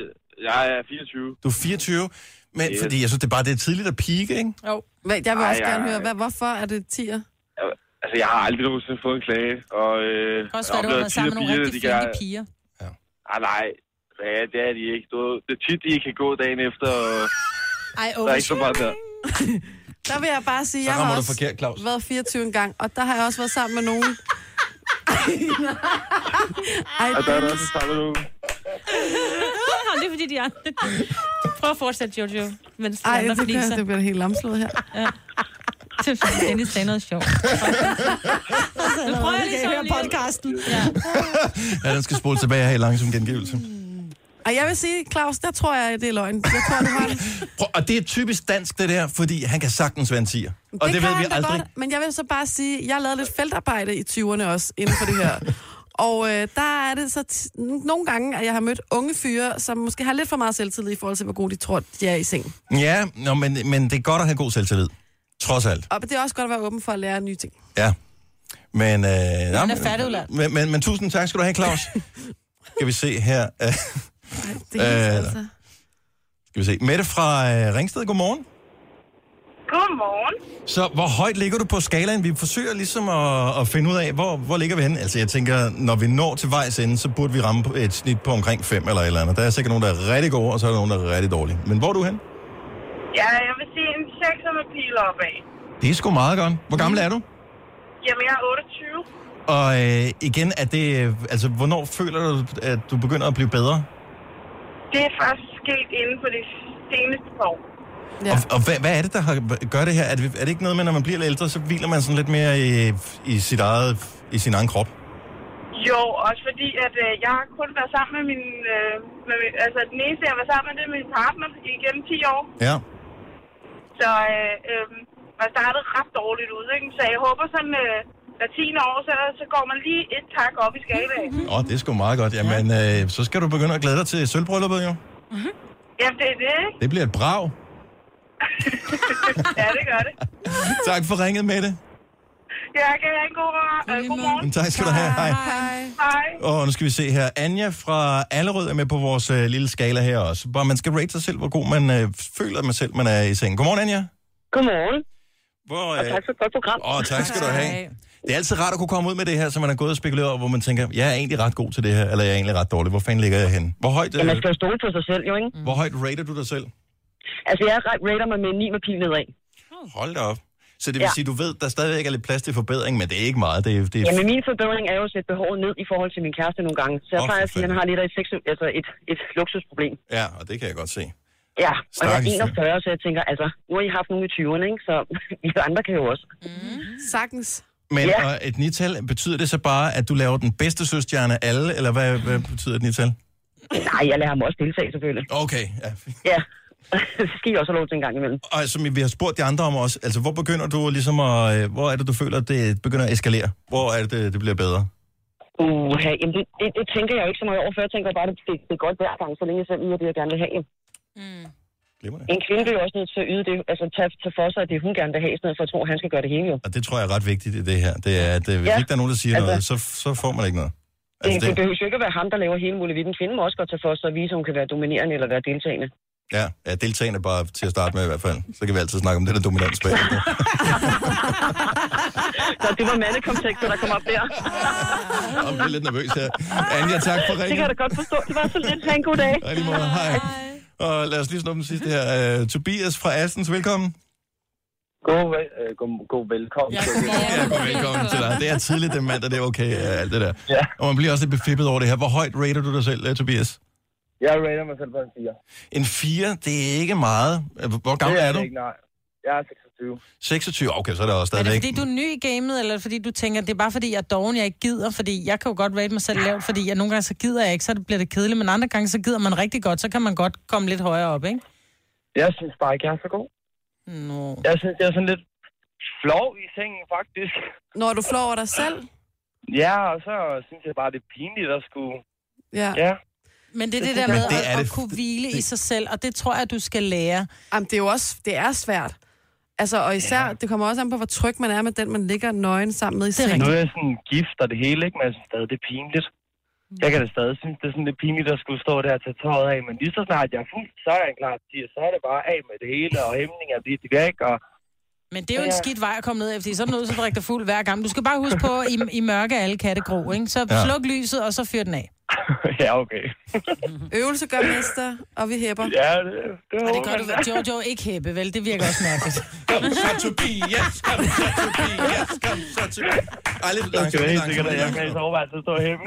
Speaker 10: jeg er 24.
Speaker 1: Du er 24, men
Speaker 10: Yes.
Speaker 1: fordi jeg synes, det er bare det er tidligt at pike, ikke?
Speaker 4: Jo.
Speaker 3: Hvad- Jeg vil
Speaker 10: Ej,
Speaker 3: også
Speaker 10: ej,
Speaker 3: gerne
Speaker 10: ej.
Speaker 3: høre, hvad, hvorfor er det tier?
Speaker 10: Altså, jeg har aldrig nogensinde fået en klage. Og, øh,
Speaker 4: Det kan
Speaker 10: jeg
Speaker 4: også være, du har
Speaker 10: oplever
Speaker 4: været
Speaker 10: tit, at
Speaker 4: sammen med nogle
Speaker 10: pigerne,
Speaker 4: rigtig
Speaker 10: de
Speaker 4: flinke
Speaker 10: kan-
Speaker 4: piger.
Speaker 10: Ah, nej. Ja, det er de ikke. Du, ved, det er tit, de ikke kan gå dagen efter, og
Speaker 4: Ej,
Speaker 10: der er
Speaker 4: okay.
Speaker 10: ikke så meget der.
Speaker 3: Der vil jeg bare sige,
Speaker 1: Så
Speaker 3: jeg
Speaker 1: rammer
Speaker 3: har
Speaker 1: du
Speaker 3: også
Speaker 1: forkert, Claus.
Speaker 3: været 24 en gang, og der har jeg også været sammen med nogen. Ej,
Speaker 10: Og der er
Speaker 3: nej.
Speaker 10: der også samme nu.
Speaker 2: Nå, det er fordi, de andre... Prøv at fortsætte, Jojo, mens de
Speaker 3: Ej,
Speaker 2: andre
Speaker 3: det,
Speaker 2: fliser.
Speaker 3: bliver, det bliver helt lamslået her.
Speaker 2: Til at endelig sagde noget sjovt. nu prøver jeg lige så lige.
Speaker 4: podcasten.
Speaker 1: Ja, den skal spole tilbage her i langsom gengivelse.
Speaker 3: Mm. Og jeg vil sige, Claus, der tror jeg, det er løgn. Jeg tror, du har det.
Speaker 1: Prøv, og det er typisk dansk, det der, fordi han kan sagtens være en tier. Og det,
Speaker 3: kan
Speaker 1: ved
Speaker 3: han
Speaker 1: vi
Speaker 3: da
Speaker 1: aldrig.
Speaker 3: Godt, men jeg vil så bare sige, jeg lavede lidt feltarbejde i 20'erne også inden for det her. Og øh, der er det så t- nogle gange, at jeg har mødt unge fyre, som måske har lidt for meget selvtillid i forhold til, hvor gode de tror, de er i seng.
Speaker 1: Ja, nå, men, men det er godt at have god selvtillid. Trods alt.
Speaker 3: Og det er også godt at være åben for at lære nye ting.
Speaker 1: Ja. Men, øh, han
Speaker 3: er fattigudlært.
Speaker 1: men, men, men tusind tak skal du have, Claus. skal vi se her. øh,
Speaker 3: Det er
Speaker 1: Øh,
Speaker 3: øh, altså.
Speaker 1: skal vi se. Mette fra øh, Ringsted, godmorgen.
Speaker 11: Godmorgen.
Speaker 1: Så hvor højt ligger du på skalaen? Vi forsøger ligesom at, at finde ud af, hvor, hvor ligger vi henne? Altså jeg tænker, når vi når til vejs ende, så burde vi ramme på et snit på omkring 5 eller et eller andet. Der er sikkert nogen, der er rigtig gode, og så er der nogen, der er rigtig dårlige. Men hvor er du hen?
Speaker 11: Ja, jeg vil sige en 6'er med pil opad.
Speaker 1: Det er sgu meget godt. Hvor gammel er du?
Speaker 11: Jamen, jeg er 28.
Speaker 1: Og øh, igen, er det, øh, altså, hvornår føler du, at du begynder at blive bedre?
Speaker 11: Det er først sket inden for de seneste par år.
Speaker 1: Ja. Og, og hvad, hvad er det, der har, gør det her? Er det, er det ikke noget med, når man bliver lidt ældre, så hviler man sådan lidt mere i, i, sit eget, i sin egen krop?
Speaker 11: Jo, også fordi, at øh, jeg har kun været sammen med min... Øh, med min altså, den eneste, jeg var sammen med, det er min partner igennem 10 år.
Speaker 1: Ja.
Speaker 11: Så øh, øh, man startede ret dårligt ud, ikke? Så jeg håber sådan... Øh, hver 10 år, så, så går man lige et tak op i skalaen.
Speaker 1: Åh, oh, det er sgu meget godt. Jamen, ja. øh, så skal du begynde at glæde dig til sølvbrylluppet, jo.
Speaker 11: Jamen, det er det, ikke?
Speaker 1: Det bliver et brag.
Speaker 11: ja, det gør det.
Speaker 1: tak for ringet, Mette.
Speaker 11: Ja, kan jeg have en god, øh, god morgen?
Speaker 1: Men tak skal du have. Hej.
Speaker 11: Hej. Hej.
Speaker 1: Og nu skal vi se her. Anja fra Allerød er med på vores øh, lille skala her også. Bare man skal rate sig selv, hvor god man øh, føler, man selv man er i sengen. Godmorgen, Anja.
Speaker 8: Godmorgen.
Speaker 1: Hvor, øh,
Speaker 8: Og tak for et godt program.
Speaker 1: Åh, tak skal du have. Det er altid rart at kunne komme ud med det her, så man er gået og spekuleret over, hvor man tænker, jeg er egentlig ret god til det her, eller jeg er egentlig ret dårlig. Hvor fanden ligger jeg henne? Hvor højt,
Speaker 8: Ja, man
Speaker 1: øh,
Speaker 8: skal jo stole på sig selv, jo, ikke?
Speaker 1: hvor højt rater du dig selv?
Speaker 8: Altså, jeg ra- rater mig med 9 med pil nedad.
Speaker 1: Hold da op. Så det vil
Speaker 8: Ja.
Speaker 1: sige, du ved, der stadigvæk er lidt plads til forbedring, men det er ikke meget. Det er, det er
Speaker 8: Jamen, min forbedring er jo at sætte behovet ned i forhold til min kæreste nogle gange. Så jeg
Speaker 1: Åh,
Speaker 8: plejer
Speaker 1: for
Speaker 8: at sige, at han har lidt af et, sex- altså et, et luksusproblem.
Speaker 1: Ja, og det kan jeg godt se.
Speaker 8: Ja, og jeg
Speaker 1: Stakkels
Speaker 8: er 41, så jeg tænker, altså, nu har I haft nogle i 20'erne, ikke? Så vi andre kan jo også.
Speaker 3: Sagtens.
Speaker 1: Men
Speaker 8: Ja.
Speaker 1: ja. og et nital, betyder det så bare, at du laver den bedste søstjerne af alle, eller hvad, hvad betyder et nital?
Speaker 8: Nej, jeg lader ham også deltage, selvfølgelig.
Speaker 1: Okay, ja.
Speaker 8: Ja, det skal I også have lov til en gang imellem.
Speaker 1: Og som vi har spurgt de andre om også, altså hvor begynder du ligesom at, øh, hvor er det, du føler, at det begynder at eskalere? Hvor er det, det, det bliver bedre?
Speaker 8: Uh, jamen, det, det, det, tænker jeg jo ikke så meget over, for jeg tænker bare, at det, det er godt hver gang, så længe jeg selv yder det, jeg gerne vil have.
Speaker 1: Glimrende.
Speaker 8: En kvinde bliver jo også nødt til at yde det, altså tage, tage for sig, at det hun gerne vil have, i stedet for at tro, at han skal gøre det hele jo.
Speaker 1: Og det tror jeg er ret vigtigt i det her. Det er, at øh, hvis ja.
Speaker 8: Ja.
Speaker 1: ikke der er nogen, der siger
Speaker 8: Altså-
Speaker 1: noget, så, så får man ikke noget.
Speaker 8: Det,
Speaker 1: Altså,
Speaker 8: det,
Speaker 1: det-
Speaker 8: det behøver jo ikke at være ham, der laver hele muligheden. Kvinden må også godt tage for sig og vise, at hun kan være dominerende eller være deltagende.
Speaker 1: Ja, ja deltagende bare til at starte med i hvert fald. Så kan vi altid snakke om det der dominans bag.
Speaker 8: Så det var mandekomplekset, der kom op der.
Speaker 1: Jeg bliver lidt nervøs her. Anja, tak for
Speaker 8: Det kan
Speaker 1: ringen.
Speaker 8: jeg da godt forstå. Det var så lidt. Ha' en god dag.
Speaker 1: Hej, lige måde. Hej. Og lad os lige snuppe den sidste her. Uh, Tobias fra Astens, velkommen.
Speaker 12: God, vel, øh, god, god velkommen. Ja,
Speaker 1: Ja, god velkommen til dig. Det er tidligt den mandag, det er okay, uh, alt det der. Ja. Og man bliver også lidt befippet over det her. Hvor højt rater du dig selv, uh, Tobias?
Speaker 12: jeg rater mig selv på en 4.
Speaker 1: En 4, det er ikke meget. Øh, Hvor gammel
Speaker 12: det
Speaker 1: er du?
Speaker 12: Ikke, nej. Jeg er 26.
Speaker 1: 26, okay, så er det også
Speaker 4: Er det
Speaker 1: stadigvæk.
Speaker 4: fordi, du er ny i gamet, eller er det fordi du tænker, det er bare fordi, jeg er doven, jeg ikke gider? Fordi jeg kan jo godt rate mig selv lavt, fordi jeg nogle gange så gider jeg ikke, så bliver det kedeligt. Men andre gange, så gider man rigtig godt, så kan man godt komme lidt højere op, ikke?
Speaker 12: Jeg synes bare ikke, jeg er så god.
Speaker 4: Nå.
Speaker 12: Jeg synes, jeg er sådan lidt flov i sengen, faktisk.
Speaker 3: Når du flår over dig selv?
Speaker 12: Ja, og så synes jeg bare, det er pinligt at skulle...
Speaker 3: Ja.
Speaker 12: Ja.
Speaker 4: Men det er
Speaker 12: Det-
Speaker 4: det der
Speaker 12: men
Speaker 4: med
Speaker 12: det
Speaker 4: at,
Speaker 12: er det-
Speaker 4: at kunne hvile i sig selv, og det tror jeg, du skal lære.
Speaker 3: Jamen, det er jo også, det er svært. Altså, og især, ja. det kommer også an på, hvor tryg man er med den, man ligger nøgen sammen med i sengen.
Speaker 12: Nu er jeg sådan gift og det hele, ikke? men jeg synes stadig, det er pinligt. Jeg kan da stadig synes, det er sådan lidt pinligt at skulle stå der og tage tøjet af, men lige så snart jeg er fuld, så er jeg en klar siger, så er det bare af med det hele, og hæmninger dit væk, og
Speaker 4: Men det er jo en skidt vej at komme ned af, fordi så er du nødt til at drikke dig fuld hver gang. Du skal bare huske på, i, i mørke er alle katte grå, ikke? Så
Speaker 12: Ja.
Speaker 4: sluk lyset, og så fyr den af.
Speaker 12: ja, okay.
Speaker 3: Øvelse gør mester, og vi hæpper.
Speaker 12: Ja, det, det,
Speaker 4: Og det gør du, Jojo, ikke hæppe, vel? Det virker også mærkeligt.
Speaker 1: Kom så, Tobias! Kom så, Tobias! Kom så, Tobias! Ej, lidt
Speaker 12: Det skal
Speaker 1: langsomt,
Speaker 12: være
Speaker 1: lidt
Speaker 12: helt sikkert, at jeg
Speaker 1: langsomt.
Speaker 12: kan i soveværelset stå hjemme.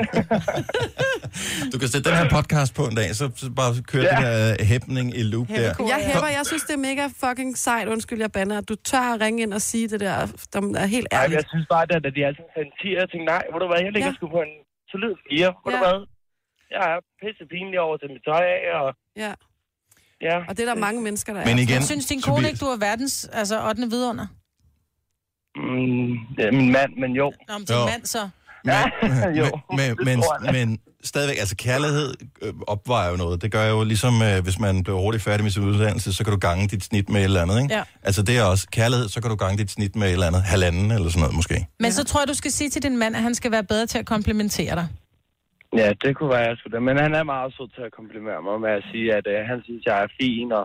Speaker 1: Du kan sætte den her podcast på en dag, så så bare kører ja.
Speaker 12: Ja.
Speaker 1: den her øh, hæpning i loop der.
Speaker 3: Jeg hæpper, jeg synes, det er mega fucking sejt, undskyld, jeg bander, at du tør at ringe ind og sige det der, som er helt
Speaker 12: Nej, men
Speaker 3: ærligt.
Speaker 12: jeg synes bare, at da de altid sagde en 10, jeg tænkte, nej, ved du hvad, jeg ligger sgu på en solid 4. Ved du
Speaker 3: Ja.
Speaker 12: hvad? Jeg er pisse pinlig over til mit tøj af, og
Speaker 3: Ja.
Speaker 12: ja.
Speaker 3: Og det er der mange mennesker, der
Speaker 1: Men
Speaker 3: er.
Speaker 1: igen,
Speaker 4: Synes din
Speaker 1: Tobias-
Speaker 4: kone ikke, du er verdens altså, 8. vidunder?
Speaker 12: Mm, det er min mand, men jo.
Speaker 4: Nå, men din
Speaker 1: Jo.
Speaker 4: mand så.
Speaker 1: Men,
Speaker 13: jo,
Speaker 1: men,
Speaker 13: det
Speaker 1: men,
Speaker 13: tror jeg da.
Speaker 1: men stadigvæk, altså kærlighed øh, opvejer jo noget. Det gør jo ligesom, øh, hvis man bliver hurtigt færdig med sin uddannelse, så kan du gange dit snit med et eller andet, ikke?
Speaker 4: Ja.
Speaker 1: Altså det er også kærlighed, så kan du gange dit snit med et eller andet, halvanden eller sådan noget måske.
Speaker 4: Men så tror jeg, du skal sige til din mand, at han skal være bedre til at komplimentere dig.
Speaker 13: Ja, det kunne være, jeg skulle da. Men han er meget sød til at komplimentere mig med at sige, at øh, han synes, jeg er fin, og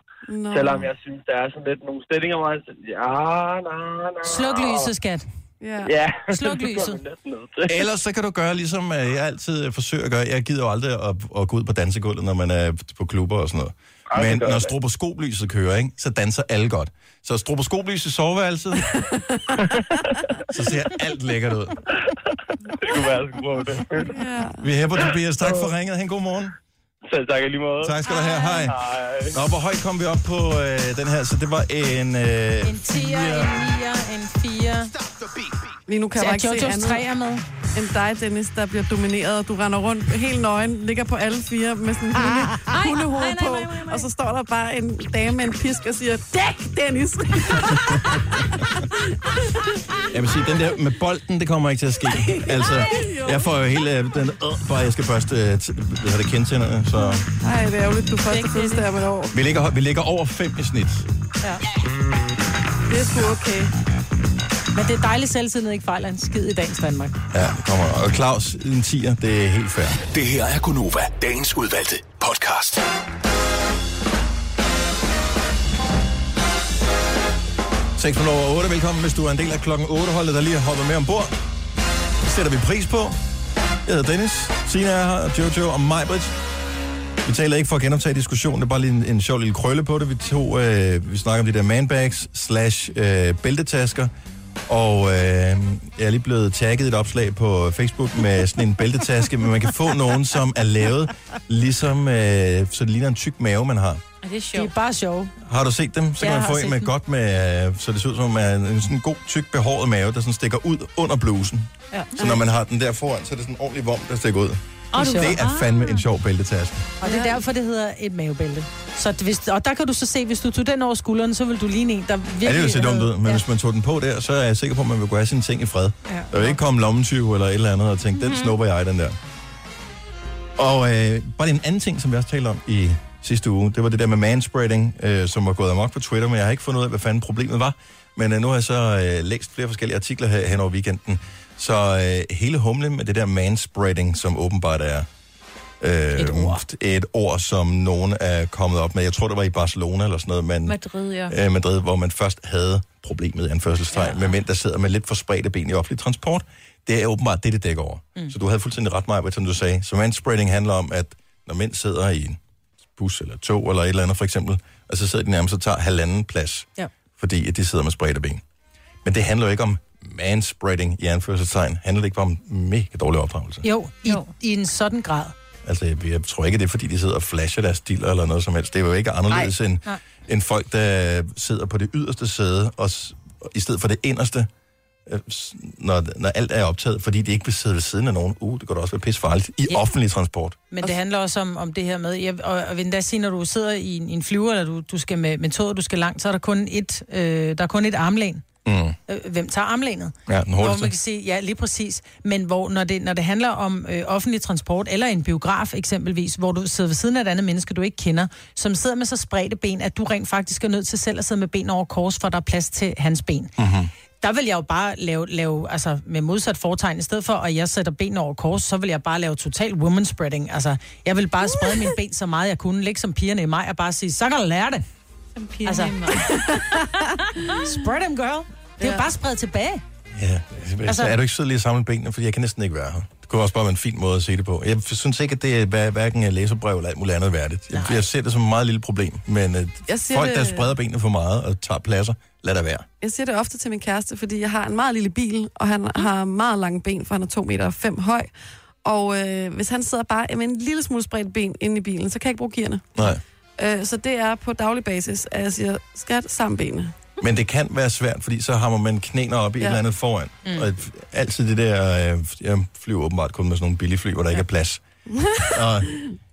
Speaker 13: Nå.
Speaker 4: Nå.
Speaker 13: selvom jeg synes, der er sådan lidt nogle stillinger, hvor han siger, ja, nej, nej.
Speaker 4: Sluk lyset, skat.
Speaker 13: Ja.
Speaker 4: Sluk
Speaker 13: Det
Speaker 4: lyset.
Speaker 1: Ellers så kan du gøre ligesom øh, jeg altid øh, forsøger at gøre. Jeg gider jo aldrig at, at gå ud på dansegulvet, når man er på klubber og sådan noget.
Speaker 13: det
Speaker 1: Men
Speaker 13: gør
Speaker 1: når
Speaker 13: jeg da.
Speaker 1: stroboskoplyset kører, ikke, så danser alle godt. Så stroboskoplys i soveværelset, så ser alt lækkert ud.
Speaker 13: kunne være, jeg skulle prøve det.
Speaker 1: Vi hæpper Tobias. Tak for ringet. Han god morgen.
Speaker 13: Selv tak i lige måde.
Speaker 1: Tak skal du have. Hej.
Speaker 13: Hej.
Speaker 1: Nå, hvor højt kom vi op på øh, den her? Så det var en... Øh,
Speaker 4: En 10'er, en 9'er, en 4'er.
Speaker 3: Lige nu kan
Speaker 4: Så
Speaker 3: jeg
Speaker 4: er
Speaker 3: bare ikke se
Speaker 4: Jojo's
Speaker 3: andet
Speaker 4: træer med.
Speaker 3: end dig, Dennis, der bliver domineret, og du render rundt helt nøgen, ligger på alle fire med sådan en hunde,
Speaker 2: Ah. ej,
Speaker 3: hundehoved
Speaker 2: nej, nej,
Speaker 3: på,
Speaker 2: nej, nej, nej.
Speaker 3: og så står der bare en dame med en pisk og siger, dæk, Dennis!
Speaker 1: jeg vil sige, den der med bolden, det kommer ikke til at ske. Altså, jeg får jo hele øh, den... Øh, bare jeg skal børste øh, t- hvad hedder det, kendtænderne, så...
Speaker 3: Ej, det er ærgerligt, du er første fødselsdag om et år.
Speaker 1: Vi ligger, vi ligger over 5 i snit.
Speaker 4: Ja.
Speaker 3: Det er sgu okay.
Speaker 4: Men det er dejligt selvtiden ikke fejler en skid i dagens Danmark.
Speaker 1: Ja, det kommer. Og Claus, en 10'er, det er helt fair.
Speaker 6: Det her er Gunova, dagens udvalgte podcast.
Speaker 1: Seks minutter over 8. Velkommen, hvis du er en del af klokken 8 holdet, der lige har hoppet med ombord. Det sætter vi pris på. Jeg hedder Dennis, Sina er her, og Jojo og Majbrit. Vi taler ikke for at genoptage diskussionen, det er bare lige en, en sjov lille krølle på det. Vi, tog, øh, vi snakker om de der manbags slash øh, bæltetasker. Og øh, jeg er lige blevet tagget i et opslag på Facebook med sådan en bæltetaske, men man kan få nogen, som er lavet ligesom, øh, så det ligner en tyk mave, man har.
Speaker 2: Er det sjovt?
Speaker 4: De er bare sjove.
Speaker 1: Har du set dem? Så kan
Speaker 4: Ja, jeg
Speaker 1: man
Speaker 4: har
Speaker 1: få
Speaker 4: set
Speaker 1: en med
Speaker 4: dem.
Speaker 1: godt med, øh, så det ser ud som om man er en en sådan god, tyk, behåret mave, der sådan stikker ud under blusen.
Speaker 4: Ja.
Speaker 1: Så når man har den der foran, så er det sådan en ordentlig vorm, der stikker ud.
Speaker 4: Og du-
Speaker 1: det er fandme
Speaker 4: Ah.
Speaker 1: en sjov bæltetaske.
Speaker 4: Og det er derfor, det hedder et mavebælte. Så det- hvis, og der kan du så se, hvis du tog den over skulderen, så vil du ligne en, der virkelig... øh,
Speaker 1: Ja, det vil se dumt
Speaker 4: havde-
Speaker 1: ud, men ja. hvis man tog den på der, så er jeg sikker på, at man vil kunne have sine ting i fred.
Speaker 4: Ja.
Speaker 1: Der vil ikke komme lommetyv eller et eller andet og tænke, den snupper jeg, den der. Og øh, bare en anden ting, som vi også talte om i sidste uge, det var det der med manspreading, øh, som var gået amok på Twitter, men jeg har ikke fundet ud af, hvad fanden problemet var. Men øh, nu har jeg så øh, læst flere forskellige artikler her hen over weekenden. Så øh, hele humlen med det der manspreading, som åbenbart er øh, et, ord. et ord, som nogen er kommet op med. Jeg tror, det var i Barcelona eller sådan noget, man
Speaker 2: Madrid, ja.
Speaker 1: øh, Madrid, hvor man først havde problemet i anførselstegn ja. med mænd, der sidder med lidt for spredte ben i offentlig transport. Det er åbenbart det, det dækker over. Mm. Så du havde fuldstændig ret meget, som du sagde. Så manspreading handler om, at når mænd sidder i en bus eller tog eller et eller andet for eksempel, og så sidder de nærmest og tager halvanden plads,
Speaker 4: Ja.
Speaker 1: fordi at de sidder med spredte ben. Men det handler jo ikke om manspreading i anførselstegn. Handler det ikke bare om mega dårlig opdragelse?
Speaker 4: Jo, i, jo, i en sådan grad.
Speaker 1: Altså, jeg, jeg tror ikke, det er, fordi de sidder og flasher deres stiller eller noget som helst. Det er jo ikke anderledes
Speaker 4: Nej.
Speaker 1: end,
Speaker 4: Nej.
Speaker 1: end folk, der sidder på det yderste sæde, og s- og i stedet for det inderste, øh, s- når, når alt er optaget, fordi de ikke vil sidde ved siden af nogen. Uh, det kunne da også være pissefarligt i
Speaker 4: Ja.
Speaker 1: offentlig transport.
Speaker 4: Men det handler også om, om det her med, ja, og, og endda sige, når du sidder i en, i en flyver, eller du, du skal med, med toget, du skal langt, så er der kun et, øh, der er kun et armlæn.
Speaker 1: Mm.
Speaker 4: Øh, Hvem tager armlænet?
Speaker 1: Ja, den
Speaker 4: hvor
Speaker 1: hurtigste.
Speaker 4: man kan sige, ja, lige præcis. Men hvor, når det, når det handler om øh, offentlig transport, eller en biograf eksempelvis, hvor du sidder ved siden af et andet menneske, du ikke kender, som sidder med så spredte ben, at du rent faktisk er nødt til selv at sidde med ben over kors, for der er plads til hans ben.
Speaker 14: Mm-hmm.
Speaker 4: Der vil jeg jo bare lave, lave altså med modsat foretegn, i stedet for at jeg sætter ben over kors, så vil jeg bare lave total woman spreading. Altså, jeg vil bare sprede mine ben så meget jeg kunne, ligge som pigerne i mig, og bare sige, så kan du lære det. Som
Speaker 2: pigerne i mig.
Speaker 4: spread them, girl. Det er jo bare spredt tilbage.
Speaker 1: Ja, altså,
Speaker 4: Altså-
Speaker 1: er du ikke sød lige at samle benene, fordi jeg kan næsten ikke være her. Det kunne også bare være en fin måde at se det på. Jeg synes ikke, at det er hver- hverken er læserbrev eller alt muligt andet værdigt. Jeg, jeg ser det som et meget lille problem, men øh,
Speaker 3: Jeg ser
Speaker 1: folk,
Speaker 3: det-
Speaker 1: der spreder benene for meget og tager pladser, lad der være.
Speaker 3: Jeg siger det ofte til min kæreste, fordi jeg har en meget lille bil, og han har meget lange ben, for han er 2 meter og fem høj. Og øh, hvis han sidder bare med en lille smule spredt ben inde i bilen, så kan jeg ikke bruge gearne.
Speaker 1: Nej.
Speaker 3: Øh, så det er på daglig basis, at jeg siger, skat, sammen benene.
Speaker 1: Men det kan være svært, fordi så hammer man knæner op i ja.
Speaker 3: Ja.
Speaker 1: et eller andet foran. Mm.
Speaker 3: Mm.
Speaker 1: Og altid det der, øh, jeg flyver åbenbart kun med sådan nogle billige fly, hvor der ja. ikke er plads. og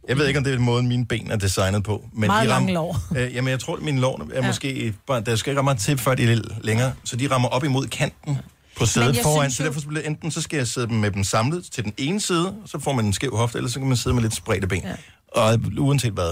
Speaker 1: jeg ved ikke, om det er måden, mine ben er designet på. Men
Speaker 4: Meget
Speaker 1: de
Speaker 4: lange lår.
Speaker 1: Øh, jamen, jeg tror, at mine lår er ja. måske... Bare, der skal ikke ret meget til, før de er lidt længere. Så de rammer op imod kanten. på sædet
Speaker 4: Men jeg
Speaker 1: foran,
Speaker 4: synes
Speaker 1: så
Speaker 4: jo-
Speaker 1: derfor så bliver, enten så skal jeg sidde dem med dem samlet til den ene side, og så får man en skæv hofte, eller så kan man sidde med lidt spredte ben. Ja. Og uanset hvad,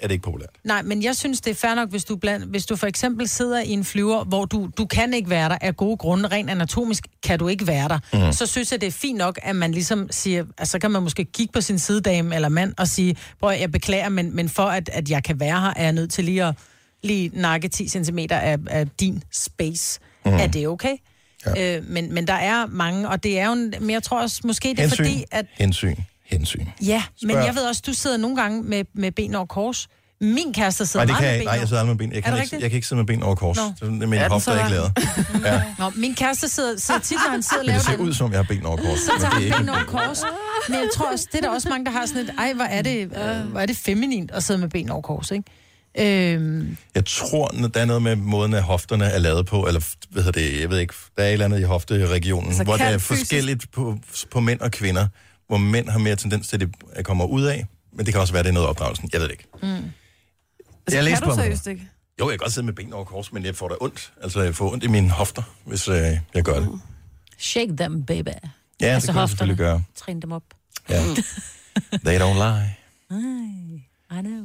Speaker 1: er det ikke populært.
Speaker 4: Nej, men jeg synes, det er fair nok, hvis du, blandt, hvis du for eksempel sidder i en flyver, hvor du, du kan ikke være der af gode grunde, rent anatomisk kan du ikke være der.
Speaker 14: Mhm.
Speaker 4: Mm. Så synes jeg, det er fint nok, at man ligesom siger, altså så kan man måske kigge på sin sidedame eller mand og sige, prøv at høre, jeg beklager, men, men for at, at jeg kan være her, er jeg nødt til lige at lige nakke 10 cm af, af din space.
Speaker 1: Mhm.
Speaker 4: Mm. Er det okay? Ja. Øh, men, men der er mange, og det er jo, en, men jeg tror også, måske det er
Speaker 1: Hensyn,
Speaker 4: fordi, at
Speaker 1: hensyn, hensyn.
Speaker 4: Ja, men
Speaker 1: Spørg.
Speaker 4: jeg ved også, du sidder nogle gange med, med ben over kors. Min kæreste
Speaker 1: Nej,
Speaker 4: sidder
Speaker 1: det
Speaker 4: meget
Speaker 1: kan jeg ikke.
Speaker 4: med ben
Speaker 1: Nej, jeg sidder aldrig med ben. Jeg kan,
Speaker 4: det
Speaker 1: ikke,
Speaker 4: rigtigt?
Speaker 1: jeg kan ikke sidde med ben over kors.
Speaker 4: Nå.
Speaker 1: Så Det er
Speaker 4: Er
Speaker 1: min
Speaker 4: den
Speaker 1: hofte
Speaker 4: så
Speaker 1: er ikke lavet.
Speaker 4: lang?
Speaker 1: Ja.
Speaker 4: Nå, min kæreste sidder, sidder tit, når han sidder og
Speaker 1: Men det
Speaker 4: laver
Speaker 1: ser
Speaker 4: den.
Speaker 1: ud som, jeg har ben over kors.
Speaker 4: Så
Speaker 1: men
Speaker 4: tager
Speaker 1: det er
Speaker 4: han ben
Speaker 1: ikke-
Speaker 4: over kors. Men jeg tror også, det er der også mange, der har sådan et, ej, hvor er det, øh, hvor er det feminint at sidde med ben over kors, ikke? Øhm,
Speaker 1: Jeg tror, når der er noget med måden, at hofterne er lavet på, eller f- hvad hedder det, jeg ved ikke, der er et eller andet i hofteregionen,
Speaker 6: Altså,
Speaker 1: altså, hvor
Speaker 6: kan
Speaker 1: det er
Speaker 6: fysisk-
Speaker 1: forskelligt på, på mænd og kvinder, hvor mænd har mere tendens til, at det kommer ud af, men det kan også være, at det er noget af opdragelsen. Jeg ved det ikke.
Speaker 4: Altså,
Speaker 3: Mm.
Speaker 1: Jeg læste
Speaker 3: kan
Speaker 1: på
Speaker 3: du
Speaker 1: ham.
Speaker 3: seriøst ikke?
Speaker 1: Jo, jeg kan godt sidde med ben over kors, men jeg får da ondt. Altså, jeg får ondt i mine hofter, hvis øh, jeg gør det.
Speaker 4: Mm.
Speaker 2: Shake them, baby. Ja,
Speaker 1: det
Speaker 4: Altså
Speaker 1: kan man selvfølgelig gøre.
Speaker 2: Træn dem op.
Speaker 1: Ja.
Speaker 4: Mm.
Speaker 1: They don't lie.
Speaker 2: Ej, I know.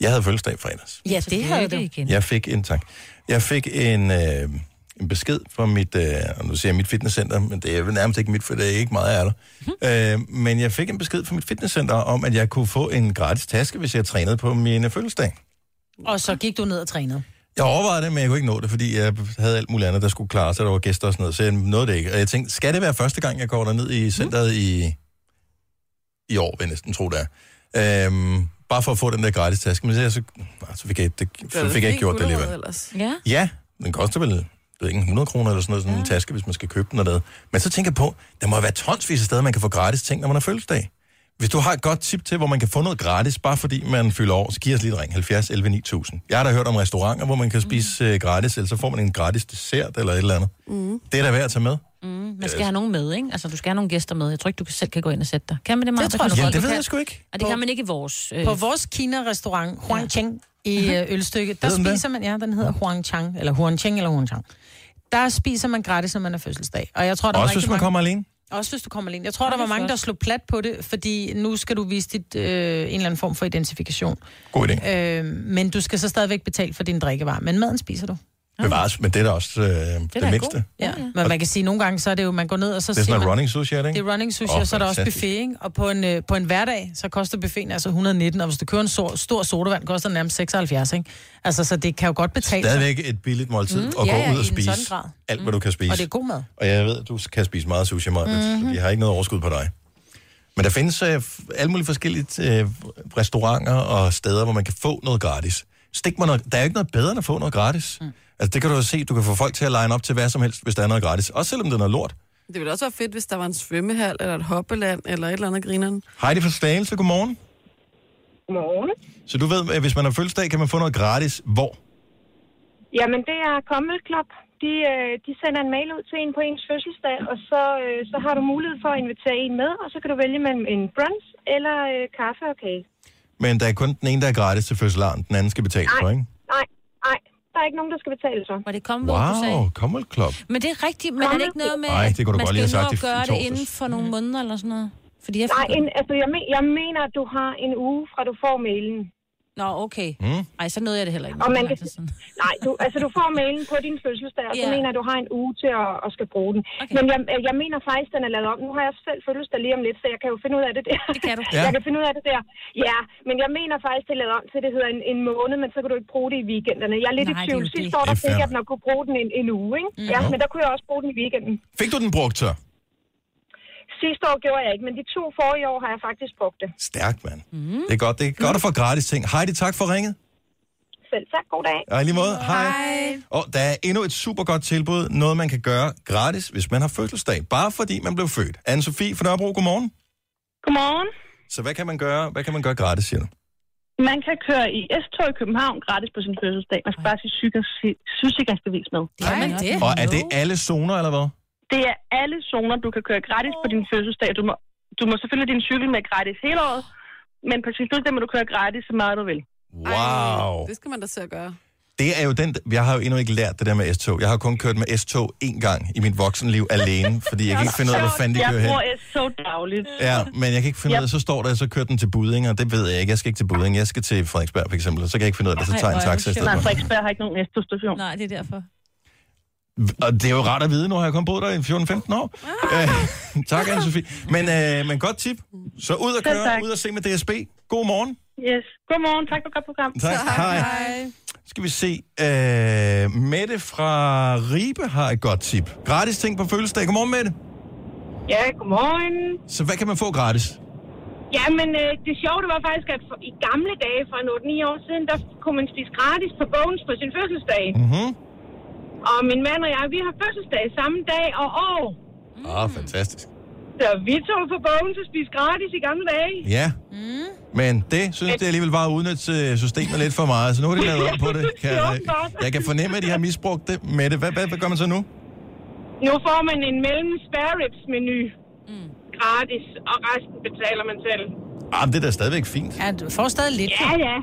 Speaker 1: Jeg havde fødselsdag i fredags.
Speaker 2: Ja, det havde du. Igen.
Speaker 1: Jeg fik en tak. Jeg fik en, øh, en besked fra mit, øh, og nu siger jeg mit fitnesscenter, men det er vel nærmest ikke mit, for det er ikke meget af der. Øh, men jeg fik en besked fra mit fitnesscenter om, at jeg kunne få en gratis taske, hvis jeg trænede på min fødselsdag.
Speaker 4: og så gik du ned og trænede.
Speaker 1: Jeg overvejede det, men jeg kunne ikke nå det, fordi jeg havde alt muligt andet, der skulle klare sig. Der var gæster og sådan noget, så jeg nåede det ikke. Og jeg tænkte, skal det være første gang, jeg går derned i centret i, i år, vil jeg næsten tro, det er. Øhm, bare for at få den der gratis taske. Men så, så, nej, så fik jeg, det, så fik jeg ikke gjort det alligevel.
Speaker 2: Ja.
Speaker 1: Ja, den koster vel jeg ved ikke, 100 kroner eller sådan noget, sådan ja. en taske, hvis man skal købe den og noget. Men så tænker jeg på, der må være tonsvis af steder, man kan få gratis ting, når man har fødselsdag. Hvis du har et godt tip til, hvor man kan få noget gratis, bare fordi man fylder år, så giv os lige et ring. 70 11 9000. Jeg har da hørt om restauranter, hvor man kan spise
Speaker 4: Mm.
Speaker 1: øh, gratis, eller så får man en gratis dessert eller et eller andet.
Speaker 2: Mm.
Speaker 1: Det er da værd at tage med.
Speaker 2: Mm. Man skal have nogen med, ikke? Altså, du skal have nogle gæster med. Jeg tror ikke, du kan selv kan gå ind og sætte dig. Kan man det, meget?
Speaker 4: tror jeg, du godt, du kan.
Speaker 2: Og det kan man ikke i vores... øh,
Speaker 4: På vores Kina-restaurant, Huangcheng, i øh, Ølstykke, der
Speaker 2: Hedder den det?
Speaker 4: spiser man, ja, den hedder Huangcheng, eller Huangcheng eller Huangcheng. Der spiser man gratis, når man er fødselsdag. Og jeg tror, der er
Speaker 1: Også hvis
Speaker 4: rigtig
Speaker 1: man
Speaker 4: mange...
Speaker 1: kommer alene?
Speaker 4: Også hvis du kommer alene. Jeg tror,
Speaker 2: Ja,
Speaker 4: der
Speaker 2: det
Speaker 4: var
Speaker 2: er
Speaker 4: mange,
Speaker 2: flot.
Speaker 4: der slog plat på det, fordi nu skal du vise dit, øh, en eller anden form for identifikation.
Speaker 1: God idé.
Speaker 4: Øh, men du skal så stadigvæk betale for din drikkevarer. Men maden spiser du.
Speaker 1: Bevares, men det er da også øh, det, det mindste.
Speaker 4: Ja. Men man kan sige, at nogle gange, så er det jo, man går ned og så
Speaker 1: Det er sådan
Speaker 4: man,
Speaker 1: noget running sushi, er det ikke?
Speaker 4: Det er running sushi,
Speaker 1: Åh,
Speaker 4: oh, og så er der også
Speaker 1: fantastisk.
Speaker 4: buffet, ikke? Og på en, øh, på en hverdag, så koster buffeten altså 119, og hvis du kører en stor, stor sodavand, koster den nærmest 76, ikke? Altså, så det kan jo godt betale sig.
Speaker 1: Stadigvæk et billigt måltid mm,
Speaker 4: Mm,
Speaker 1: og
Speaker 4: ja,
Speaker 1: gå
Speaker 4: ja,
Speaker 1: ud og
Speaker 4: i en
Speaker 1: spise
Speaker 4: sådan grad. Mm.
Speaker 1: alt, hvad du kan spise.
Speaker 4: Og det er god mad.
Speaker 1: Og jeg ved, at du kan spise meget sushi, Maja, mm-hmm.
Speaker 4: Mhm.
Speaker 1: fordi jeg har ikke noget overskud på dig. Men der findes øh, f- alle mulige forskellige øh, restauranter og steder, hvor man kan få noget gratis. Stik mig noget. Der er jo ikke noget bedre end at få noget gratis. Mm. Altså, det kan du jo se. Du kan få folk til at line op til hvad som helst, hvis der er noget gratis. Også selvom det er noget lort.
Speaker 3: Det ville også være fedt, hvis der var en svømmehal, eller et hoppeland, eller et eller andet grineren.
Speaker 1: Heidi fra Slagelse, godmorgen.
Speaker 15: Godmorgen.
Speaker 1: Så du ved, at hvis man har fødselsdag, kan man få noget gratis. Hvor?
Speaker 15: Jamen, det er Commonwealth Club. De, øh, de sender en mail ud til en på ens fødselsdag, og så, øh, så har du mulighed for at invitere en med, og så kan du vælge mellem en brunch eller øh, kaffe og kage.
Speaker 1: Men der er kun den ene, der er gratis til fødselaren. Den anden skal betale for, ikke?
Speaker 15: Nej, nej, der er ikke nogen, der skal betale så.
Speaker 2: Var det kommet,
Speaker 1: Wow, Commonwealth Club.
Speaker 2: Men det er rigtigt, men er det ikke noget med,
Speaker 1: Ej, det kunne du
Speaker 2: man
Speaker 1: godt
Speaker 2: skal
Speaker 1: lige have sagt
Speaker 2: nå at
Speaker 1: i- i
Speaker 2: gøre det
Speaker 1: torsdags.
Speaker 2: inden for nogle måneder eller sådan noget? Fordi jeg
Speaker 15: Nej, en, altså, jeg, men, jeg mener, at du har en uge fra du får mailen.
Speaker 2: Nå, okay.
Speaker 1: Mm.
Speaker 2: Ej, så nåede jeg det heller ikke.
Speaker 15: Og man kan, nej, du, altså du får mailen på din fødselsdag, og så
Speaker 2: Ja.
Speaker 15: mener jeg, du har en uge til at, at skal bruge den. Okay. Men jeg, jeg mener faktisk, den er lavet om. Nu har jeg selv fødselsdag lige om lidt, så jeg kan jo finde ud af det der. Det
Speaker 2: kan du.
Speaker 1: Ja.
Speaker 15: Jeg kan finde ud af det der. Ja, men jeg mener faktisk, det er lavet om til, det hedder en, en måned, men så kan du ikke bruge det i weekenderne. Jeg er lidt
Speaker 1: Nej,
Speaker 15: i
Speaker 1: det er
Speaker 15: tvivl.
Speaker 1: jo
Speaker 15: Sidste
Speaker 1: det.
Speaker 15: år, der
Speaker 1: Det er
Speaker 15: fik
Speaker 1: fair.
Speaker 15: jeg den at kunne bruge den en, en uge, ikke?
Speaker 1: Mm.
Speaker 15: Ja,
Speaker 1: Jo.
Speaker 15: men der kunne jeg også bruge den i weekenden.
Speaker 1: Fik du den brugt så?
Speaker 15: Sidste år gjorde jeg ikke, men de to forrige år har jeg faktisk brugt det.
Speaker 1: Stærkt, mand. Mm. Det er godt, det er godt at få gratis ting. Heidi, tak for ringet.
Speaker 15: Selv tak. God dag.
Speaker 1: Og i lige måde, hej. Og der er endnu et super godt tilbud, noget man kan gøre gratis, hvis man har fødselsdag, bare fordi man blev født. anne Sofie fra Nørrebro, godmorgen.
Speaker 16: Godmorgen.
Speaker 1: Så hvad kan man gøre, hvad kan man gøre gratis, siger du?
Speaker 16: Man kan køre i S-tog i København gratis på sin fødselsdag. Man skal bare sige sygesikringsbevis med. Nej, det.
Speaker 1: Og er det alle zoner, eller hvad?
Speaker 16: det er alle zoner, du kan køre gratis på din fødselsdag. Du må, du må selvfølgelig din cykel med gratis hele året, men på sin fødselsdag må du køre gratis så meget du vil.
Speaker 1: Wow.
Speaker 3: Det skal man da se at gøre.
Speaker 1: Det er jo den, jeg har jo endnu ikke lært det der med S-tog. Jeg har kun kørt med S-tog én gang i mit voksenliv alene, fordi jeg kan ikke finde ud af, hvor fanden det
Speaker 17: jeg
Speaker 1: kører hen.
Speaker 17: bruger S-tog dagligt.
Speaker 1: Ja, men jeg kan ikke finde ud af, så står der, så kører den til Buding, og det ved jeg ikke. Jeg skal ikke til Buding, jeg skal til Frederiksberg for eksempel, og så kan jeg ikke finde ud af det, så tager jeg en taxa i stedet
Speaker 17: Nej,
Speaker 1: for.
Speaker 17: Frederiksberg har ikke nogen S-tog-station.
Speaker 18: Nej, det er derfor.
Speaker 1: Og det er jo rart at vide, nu har jeg kun boet der i 14-15 år. Øh, tak, anne Sofie. Men, øh, men godt tip. Så ud og
Speaker 17: Selv
Speaker 1: køre,
Speaker 17: tak.
Speaker 1: ud og se med DSB. God morgen.
Speaker 17: Yes. Godmorgen, tak for et godt program.
Speaker 1: Tak, hej. hej. Skal vi se. Øh, Mette fra Ribe har et godt tip. Gratis ting på fødselsdag. Godmorgen, Mette.
Speaker 8: Ja, godmorgen.
Speaker 1: Så hvad kan man få gratis?
Speaker 8: Jamen, øh, det sjove det var faktisk, at for, i gamle dage, for en 8-9 år siden, der kunne man spise gratis på bogens på sin fødselsdag.
Speaker 1: Mhm.
Speaker 8: Og min mand og jeg, vi har fødselsdag samme dag og år.
Speaker 1: Åh, oh, fantastisk.
Speaker 8: Så vi tog på bogen og spiste gratis i gamle dage.
Speaker 1: Ja. Men det synes jeg alligevel var at udnytte øh, systemet lidt for meget, så nu har de lavet om på det. Kan jeg, jeg kan fornemme, at de har misbrugt det med det. Hvad, hvad, hvad gør man så nu?
Speaker 8: Nu får man en mellem spare ribs menu. Mm. Gratis, og resten betaler man selv.
Speaker 1: Ah, men det er da stadigvæk fint.
Speaker 8: Ja, du får stadig lidt. Ja, ja.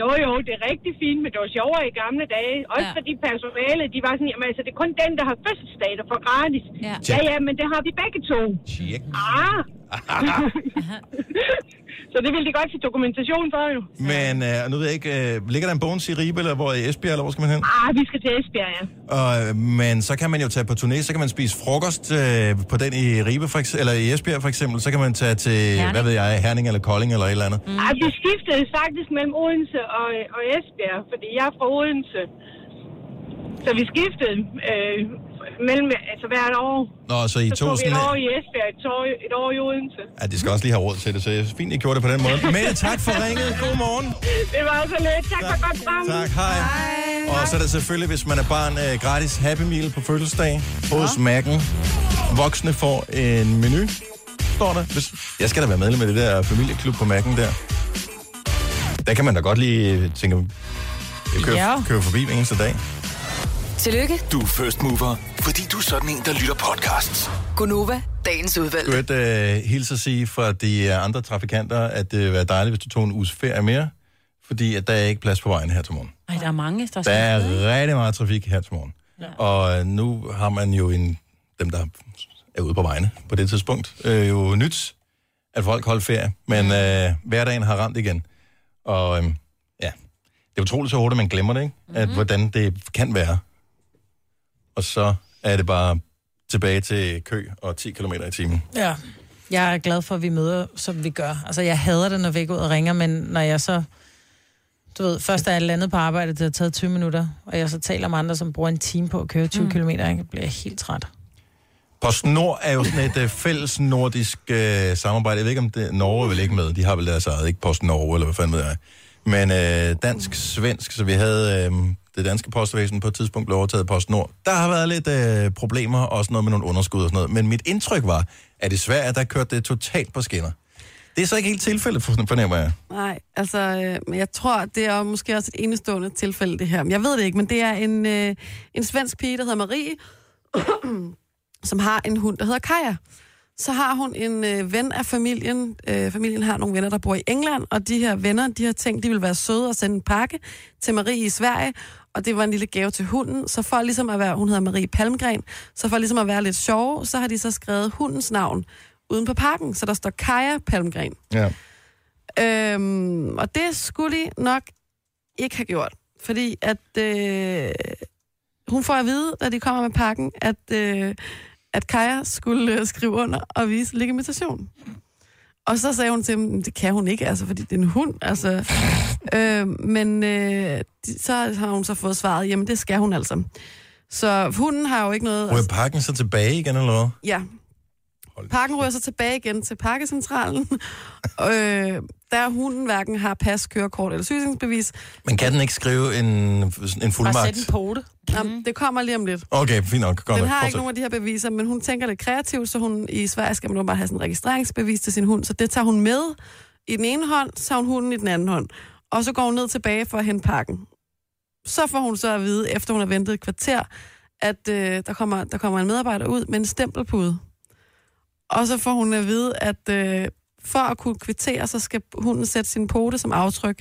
Speaker 8: Jo, jo, det er rigtig fint, men det var sjovere i gamle dage. Også ja. fordi personalet, de var sådan, jamen altså, det er kun den, der har fødselsdag, der får gratis. Ja. ja, ja, men det har vi begge to.
Speaker 1: Check.
Speaker 8: Ah! Så det ville de godt til dokumentation for, jo.
Speaker 1: Men øh, nu ved jeg ikke, øh, ligger der en bones i Ribe, eller hvor i Esbjerg, eller hvor skal man hen?
Speaker 8: Ah, vi skal til Esbjerg, ja.
Speaker 1: Og, øh, men så kan man jo tage på turné, så kan man spise frokost øh, på den i Ribe, for eksempel, eller i Esbjerg for eksempel. Så kan man tage til, Herning. hvad ved jeg, Herning eller Kolding eller et eller andet.
Speaker 8: Mm. Ah, vi skiftede faktisk mellem Odense og, og Esbjerg, fordi jeg er fra Odense. Så vi skiftede øh, mellem, altså hvert år.
Speaker 1: Nå, så I
Speaker 8: så tog
Speaker 1: to
Speaker 8: vi
Speaker 1: sådan...
Speaker 8: et år i Esbjerg, et år, et år i Odense.
Speaker 1: Ja, de skal også lige have råd til det, så jeg synes fint, I gjorde det på den måde. Men tak for ringet. Godmorgen.
Speaker 8: Det var så lidt. Tak, for godt frem.
Speaker 1: Tak, hej. Og så er der selvfølgelig, hvis man er barn, øh, gratis Happy Meal på fødselsdag hos ja. Mac'en. Voksne får en menu, står der. Hvis, jeg skal da være medlem af det der familieklub på Mac'en der. Der kan man da godt lige øh, tænke, jeg kører,
Speaker 6: Ja.
Speaker 1: ja. kører forbi hver eneste dag.
Speaker 5: Tillykke,
Speaker 6: Du er first mover, fordi du er sådan en, der lytter podcasts.
Speaker 5: Gunova, dagens udvalgte.
Speaker 1: Godt øh, hilse at sige fra de øh, andre trafikanter, at det vil være dejligt, hvis du tog en uges ferie mere, fordi at der er ikke plads på vejen her til morgen.
Speaker 18: Ej, der er mange. Der er,
Speaker 1: Der er
Speaker 18: sådan-
Speaker 1: rigtig meget trafik her til morgen. Ja. Og øh, nu har man jo en, dem, der er ude på vejene på det tidspunkt, øh, jo nyt, at folk holder ferie. Men øh, hverdagen har ramt igen. Og øh, ja, det er utroligt så hurtigt, man glemmer det, ikke? At, hvordan det kan være. Og så er det bare tilbage til kø og 10 km i timen.
Speaker 4: Ja. Jeg er glad for, at vi møder, som vi gør. Altså, jeg hader det, når vi ikke ud og ringer, men når jeg så... Du ved, først er jeg landet på arbejde, det har taget 20 minutter, og jeg så taler med andre, som bruger en time på at køre 20 mm. km, jeg bliver helt træt.
Speaker 1: PostNord er jo sådan et øh, fælles nordisk øh, samarbejde. Jeg ved ikke, om det, Norge er vel ikke med. De har vel deres eget, ikke PostNord, eller hvad fanden ved jeg. Men øh, dansk-svensk, så vi havde øh, det danske postvæsen på et tidspunkt blev overtaget af PostNord. Der har været lidt øh, problemer, også noget med nogle underskud og sådan noget. Men mit indtryk var, at i Sverige, der kørte det totalt på skinner. Det er så ikke helt tilfældet, for- fornemmer jeg.
Speaker 3: Nej, altså, øh, men jeg tror, det er måske også et enestående tilfælde, det her. Men Jeg ved det ikke, men det er en, øh, en svensk pige, der hedder Marie, som har en hund, der hedder Kaja. Så har hun en øh, ven af familien. Øh, familien har nogle venner, der bor i England, og de her venner, de har tænkt, de vil være søde og sende en pakke til Marie i Sverige. Og det var en lille gave til hunden. Så for ligesom at være, hun hedder Marie Palmgren, så for ligesom at være lidt sjov, så har de så skrevet hundens navn uden på pakken, så der står Kaja Palmgren.
Speaker 1: Ja.
Speaker 3: Øhm, og det skulle de nok ikke have gjort. Fordi at øh, hun får at vide, da de kommer med pakken, at, øh, at Kaja skulle øh, skrive under og vise legitimation. Og så sagde hun til dem, "Men det kan hun ikke, altså, fordi det er en hund. Altså. Øh, men øh, de, så har hun så fået svaret, jamen det skal hun altså. Så hunden har jo ikke noget...
Speaker 1: Ryger pakken så tilbage igen, eller hvad?
Speaker 3: Ja. Pakken ryger så tilbage igen til pakkecentralen, øh, der hunden hverken har pas, kørekort eller sygesikringsbevis.
Speaker 1: Men kan den ikke skrive en, en fuldmagt?
Speaker 4: pote. Mhm.
Speaker 3: Mm. Det kommer lige om lidt.
Speaker 1: Okay, fint nok. Godt
Speaker 3: Den
Speaker 1: nok.
Speaker 3: har
Speaker 1: Fortsæt.
Speaker 3: ikke nogen af de her beviser, men hun tænker lidt kreativt, så hun i Sverige skal man bare have sådan en registreringsbevis til sin hund, så det tager hun med i den ene hånd, så tager hun hunden i den anden hånd. Og så går hun ned tilbage for at hente pakken. Så får hun så at vide, efter hun har ventet et kvarter, at øh, der, kommer, der kommer en medarbejder ud med en stempelpude. Og så får hun at vide, at øh, for at kunne kvittere, så skal hunden sætte sin pote som aftryk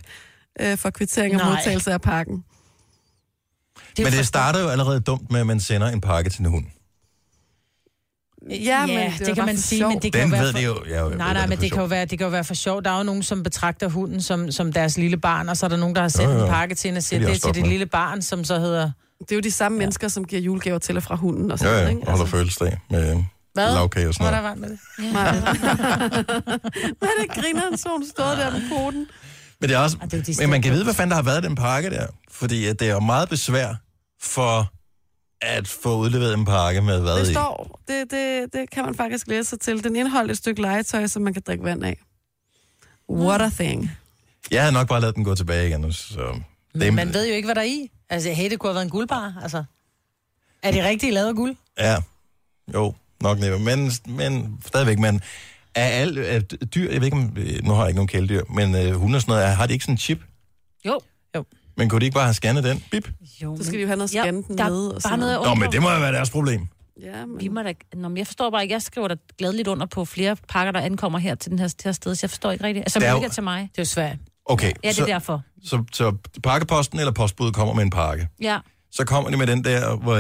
Speaker 3: øh, for kvittering og
Speaker 4: Nej.
Speaker 3: modtagelse af pakken.
Speaker 1: Det Men det starter jo allerede dumt med, at man sender en pakke til en hund.
Speaker 4: Ja, men det, det kan man sige, men det kan
Speaker 1: Hvem
Speaker 4: jo være
Speaker 1: ved det jo? Ja, jeg ved,
Speaker 4: Nej,
Speaker 1: hvad
Speaker 4: nej,
Speaker 1: det er
Speaker 4: men
Speaker 1: for
Speaker 4: det kan, jo
Speaker 1: sjov.
Speaker 4: være, det kan jo være for sjov. Der er jo nogen, som betragter hunden som, som deres lille barn, og så er der nogen, der har sendt
Speaker 1: Jo, jo.
Speaker 4: en pakke til hende og siger,
Speaker 1: Det er de
Speaker 4: det er
Speaker 1: også
Speaker 4: til
Speaker 1: godt
Speaker 4: det
Speaker 1: med."
Speaker 4: lille barn, som så hedder...
Speaker 3: Det er jo de samme ja. mennesker, som giver julegaver til og fra hunden og
Speaker 1: Ja,
Speaker 3: sådan
Speaker 1: ja,
Speaker 3: noget,
Speaker 1: og
Speaker 3: ikke?
Speaker 1: holder altså. fødselsdag med
Speaker 3: Hvad?
Speaker 1: lavkage og sådan
Speaker 4: Hvad er
Speaker 1: noget.
Speaker 4: der vant med det?
Speaker 3: Nej. Men det griner, så hun står der med poten.
Speaker 1: Men, det er også,
Speaker 3: Og det er jo de
Speaker 1: men man
Speaker 3: steder,
Speaker 1: kan vide, hvad fanden der har været i den pakke der. Fordi at det er jo meget besvær for at få udleveret en pakke med hvad
Speaker 3: Det
Speaker 1: i.
Speaker 3: står, det, det, det kan man faktisk læse sig til. Den indeholdt et stykke legetøj, som man kan drikke vand af. What a thing.
Speaker 1: Jeg havde nok bare lavet den gå tilbage igen. Så det,
Speaker 4: Man ved jo ikke, hvad der er i. Altså, hey, det kunne have været en guldbar, altså. Er det rigtigt lavet af guld?
Speaker 1: Ja, jo, nok næppe. Men, men stadigvæk, men er alle er dyr, jeg ved ikke om, øh, nu har jeg ikke nogen kæledyr, men øh, hunde og sådan noget, er- har de ikke sådan en chip?
Speaker 2: Jo.
Speaker 4: Jo.
Speaker 1: Men kunne de ikke bare have scannet den? Bip.
Speaker 2: Jo,
Speaker 3: Så skal de jo have noget
Speaker 2: Ja,
Speaker 3: scannet
Speaker 2: der er
Speaker 3: med.
Speaker 2: bare
Speaker 3: Og sådan
Speaker 2: noget
Speaker 1: Nå, men det må jo være deres problem.
Speaker 3: Ja, men...
Speaker 2: Vi må da... Nå, men jeg forstår bare ikke. Jeg skriver da glædeligt under på flere pakker, der ankommer her til den her, til her sted, så jeg forstår ikke rigtigt. Altså,
Speaker 1: Der er
Speaker 2: det
Speaker 1: jo-
Speaker 2: ikke er til mig.
Speaker 4: Det er jo svært.
Speaker 1: Okay,
Speaker 2: Ja, det er
Speaker 1: så,
Speaker 2: derfor.
Speaker 1: Så, så pakkeposten eller postbuddet kommer med en pakke.
Speaker 2: Ja.
Speaker 1: Så kommer de med den der hvor,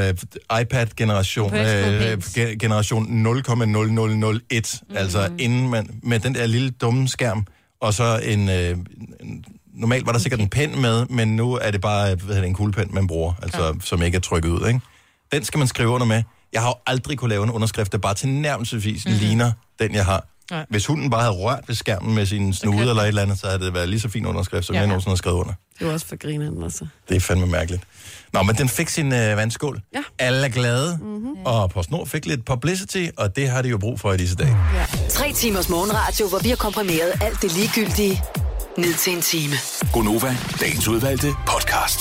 Speaker 1: øh, iPad-generation, øh, ge- generation 0,0001, mm. altså inden man, med den der lille dumme skærm, og så en, øh, en normalt var der sikkert en pen med, men nu er det bare hvad hedder det, en kuglepen, man bruger, altså ja. som ikke er trykket ud, ikke? Den skal man skrive under med. Jeg har jo aldrig kunne lave en underskrift, der bare til nærmelsesvis mm. ligner den, jeg har.
Speaker 4: Nej.
Speaker 1: Hvis hunden bare havde rørt ved skærmen med sin snude eller et eller andet, så havde det været lige så fin underskrift, som
Speaker 3: Ja.
Speaker 1: ja. jeg nogensinde har skrevet under.
Speaker 3: Det var også for grineren, altså.
Speaker 1: Det er fandme mærkeligt. Nå, men den fik sin øh, vandskål.
Speaker 3: Ja.
Speaker 1: Alle er glade. Mm-hmm. Og PostNord fik lidt publicity, og det har de jo brug for i disse dage.
Speaker 5: Tre timers morgenradio, hvor vi har komprimeret alt det ligegyldige ned til en time.
Speaker 6: Gonova, dagens udvalgte podcast.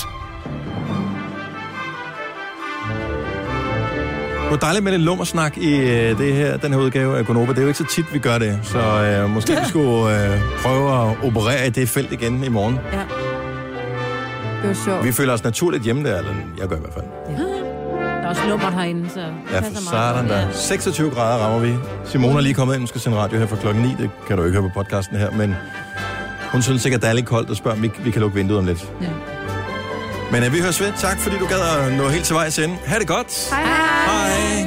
Speaker 1: Det var dejligt med lidt lummersnak i øh, det her, den her udgave af Konoba. Det er jo ikke så tit, vi gør det, så øh, måske vi skulle øh, prøve at operere i det felt igen i morgen.
Speaker 3: Ja. Det var sjovt.
Speaker 1: Vi føler os naturligt hjemme der, eller jeg gør i hvert fald.
Speaker 2: Der er også lummert herinde, så...
Speaker 1: Ja, for satan der. 26 grader rammer vi. Simone er lige kommet ind, hun skal sende radio her fra klokken 9. Det kan du ikke høre på podcasten her, men hun synes sikkert, der er lidt koldt og spørger, om vi, vi kan lukke vinduet om lidt.
Speaker 2: Ja.
Speaker 1: Men øh, vi høres ved. Tak fordi du gad at nå helt til vejs ende. Ha' det godt. Hej. Hej.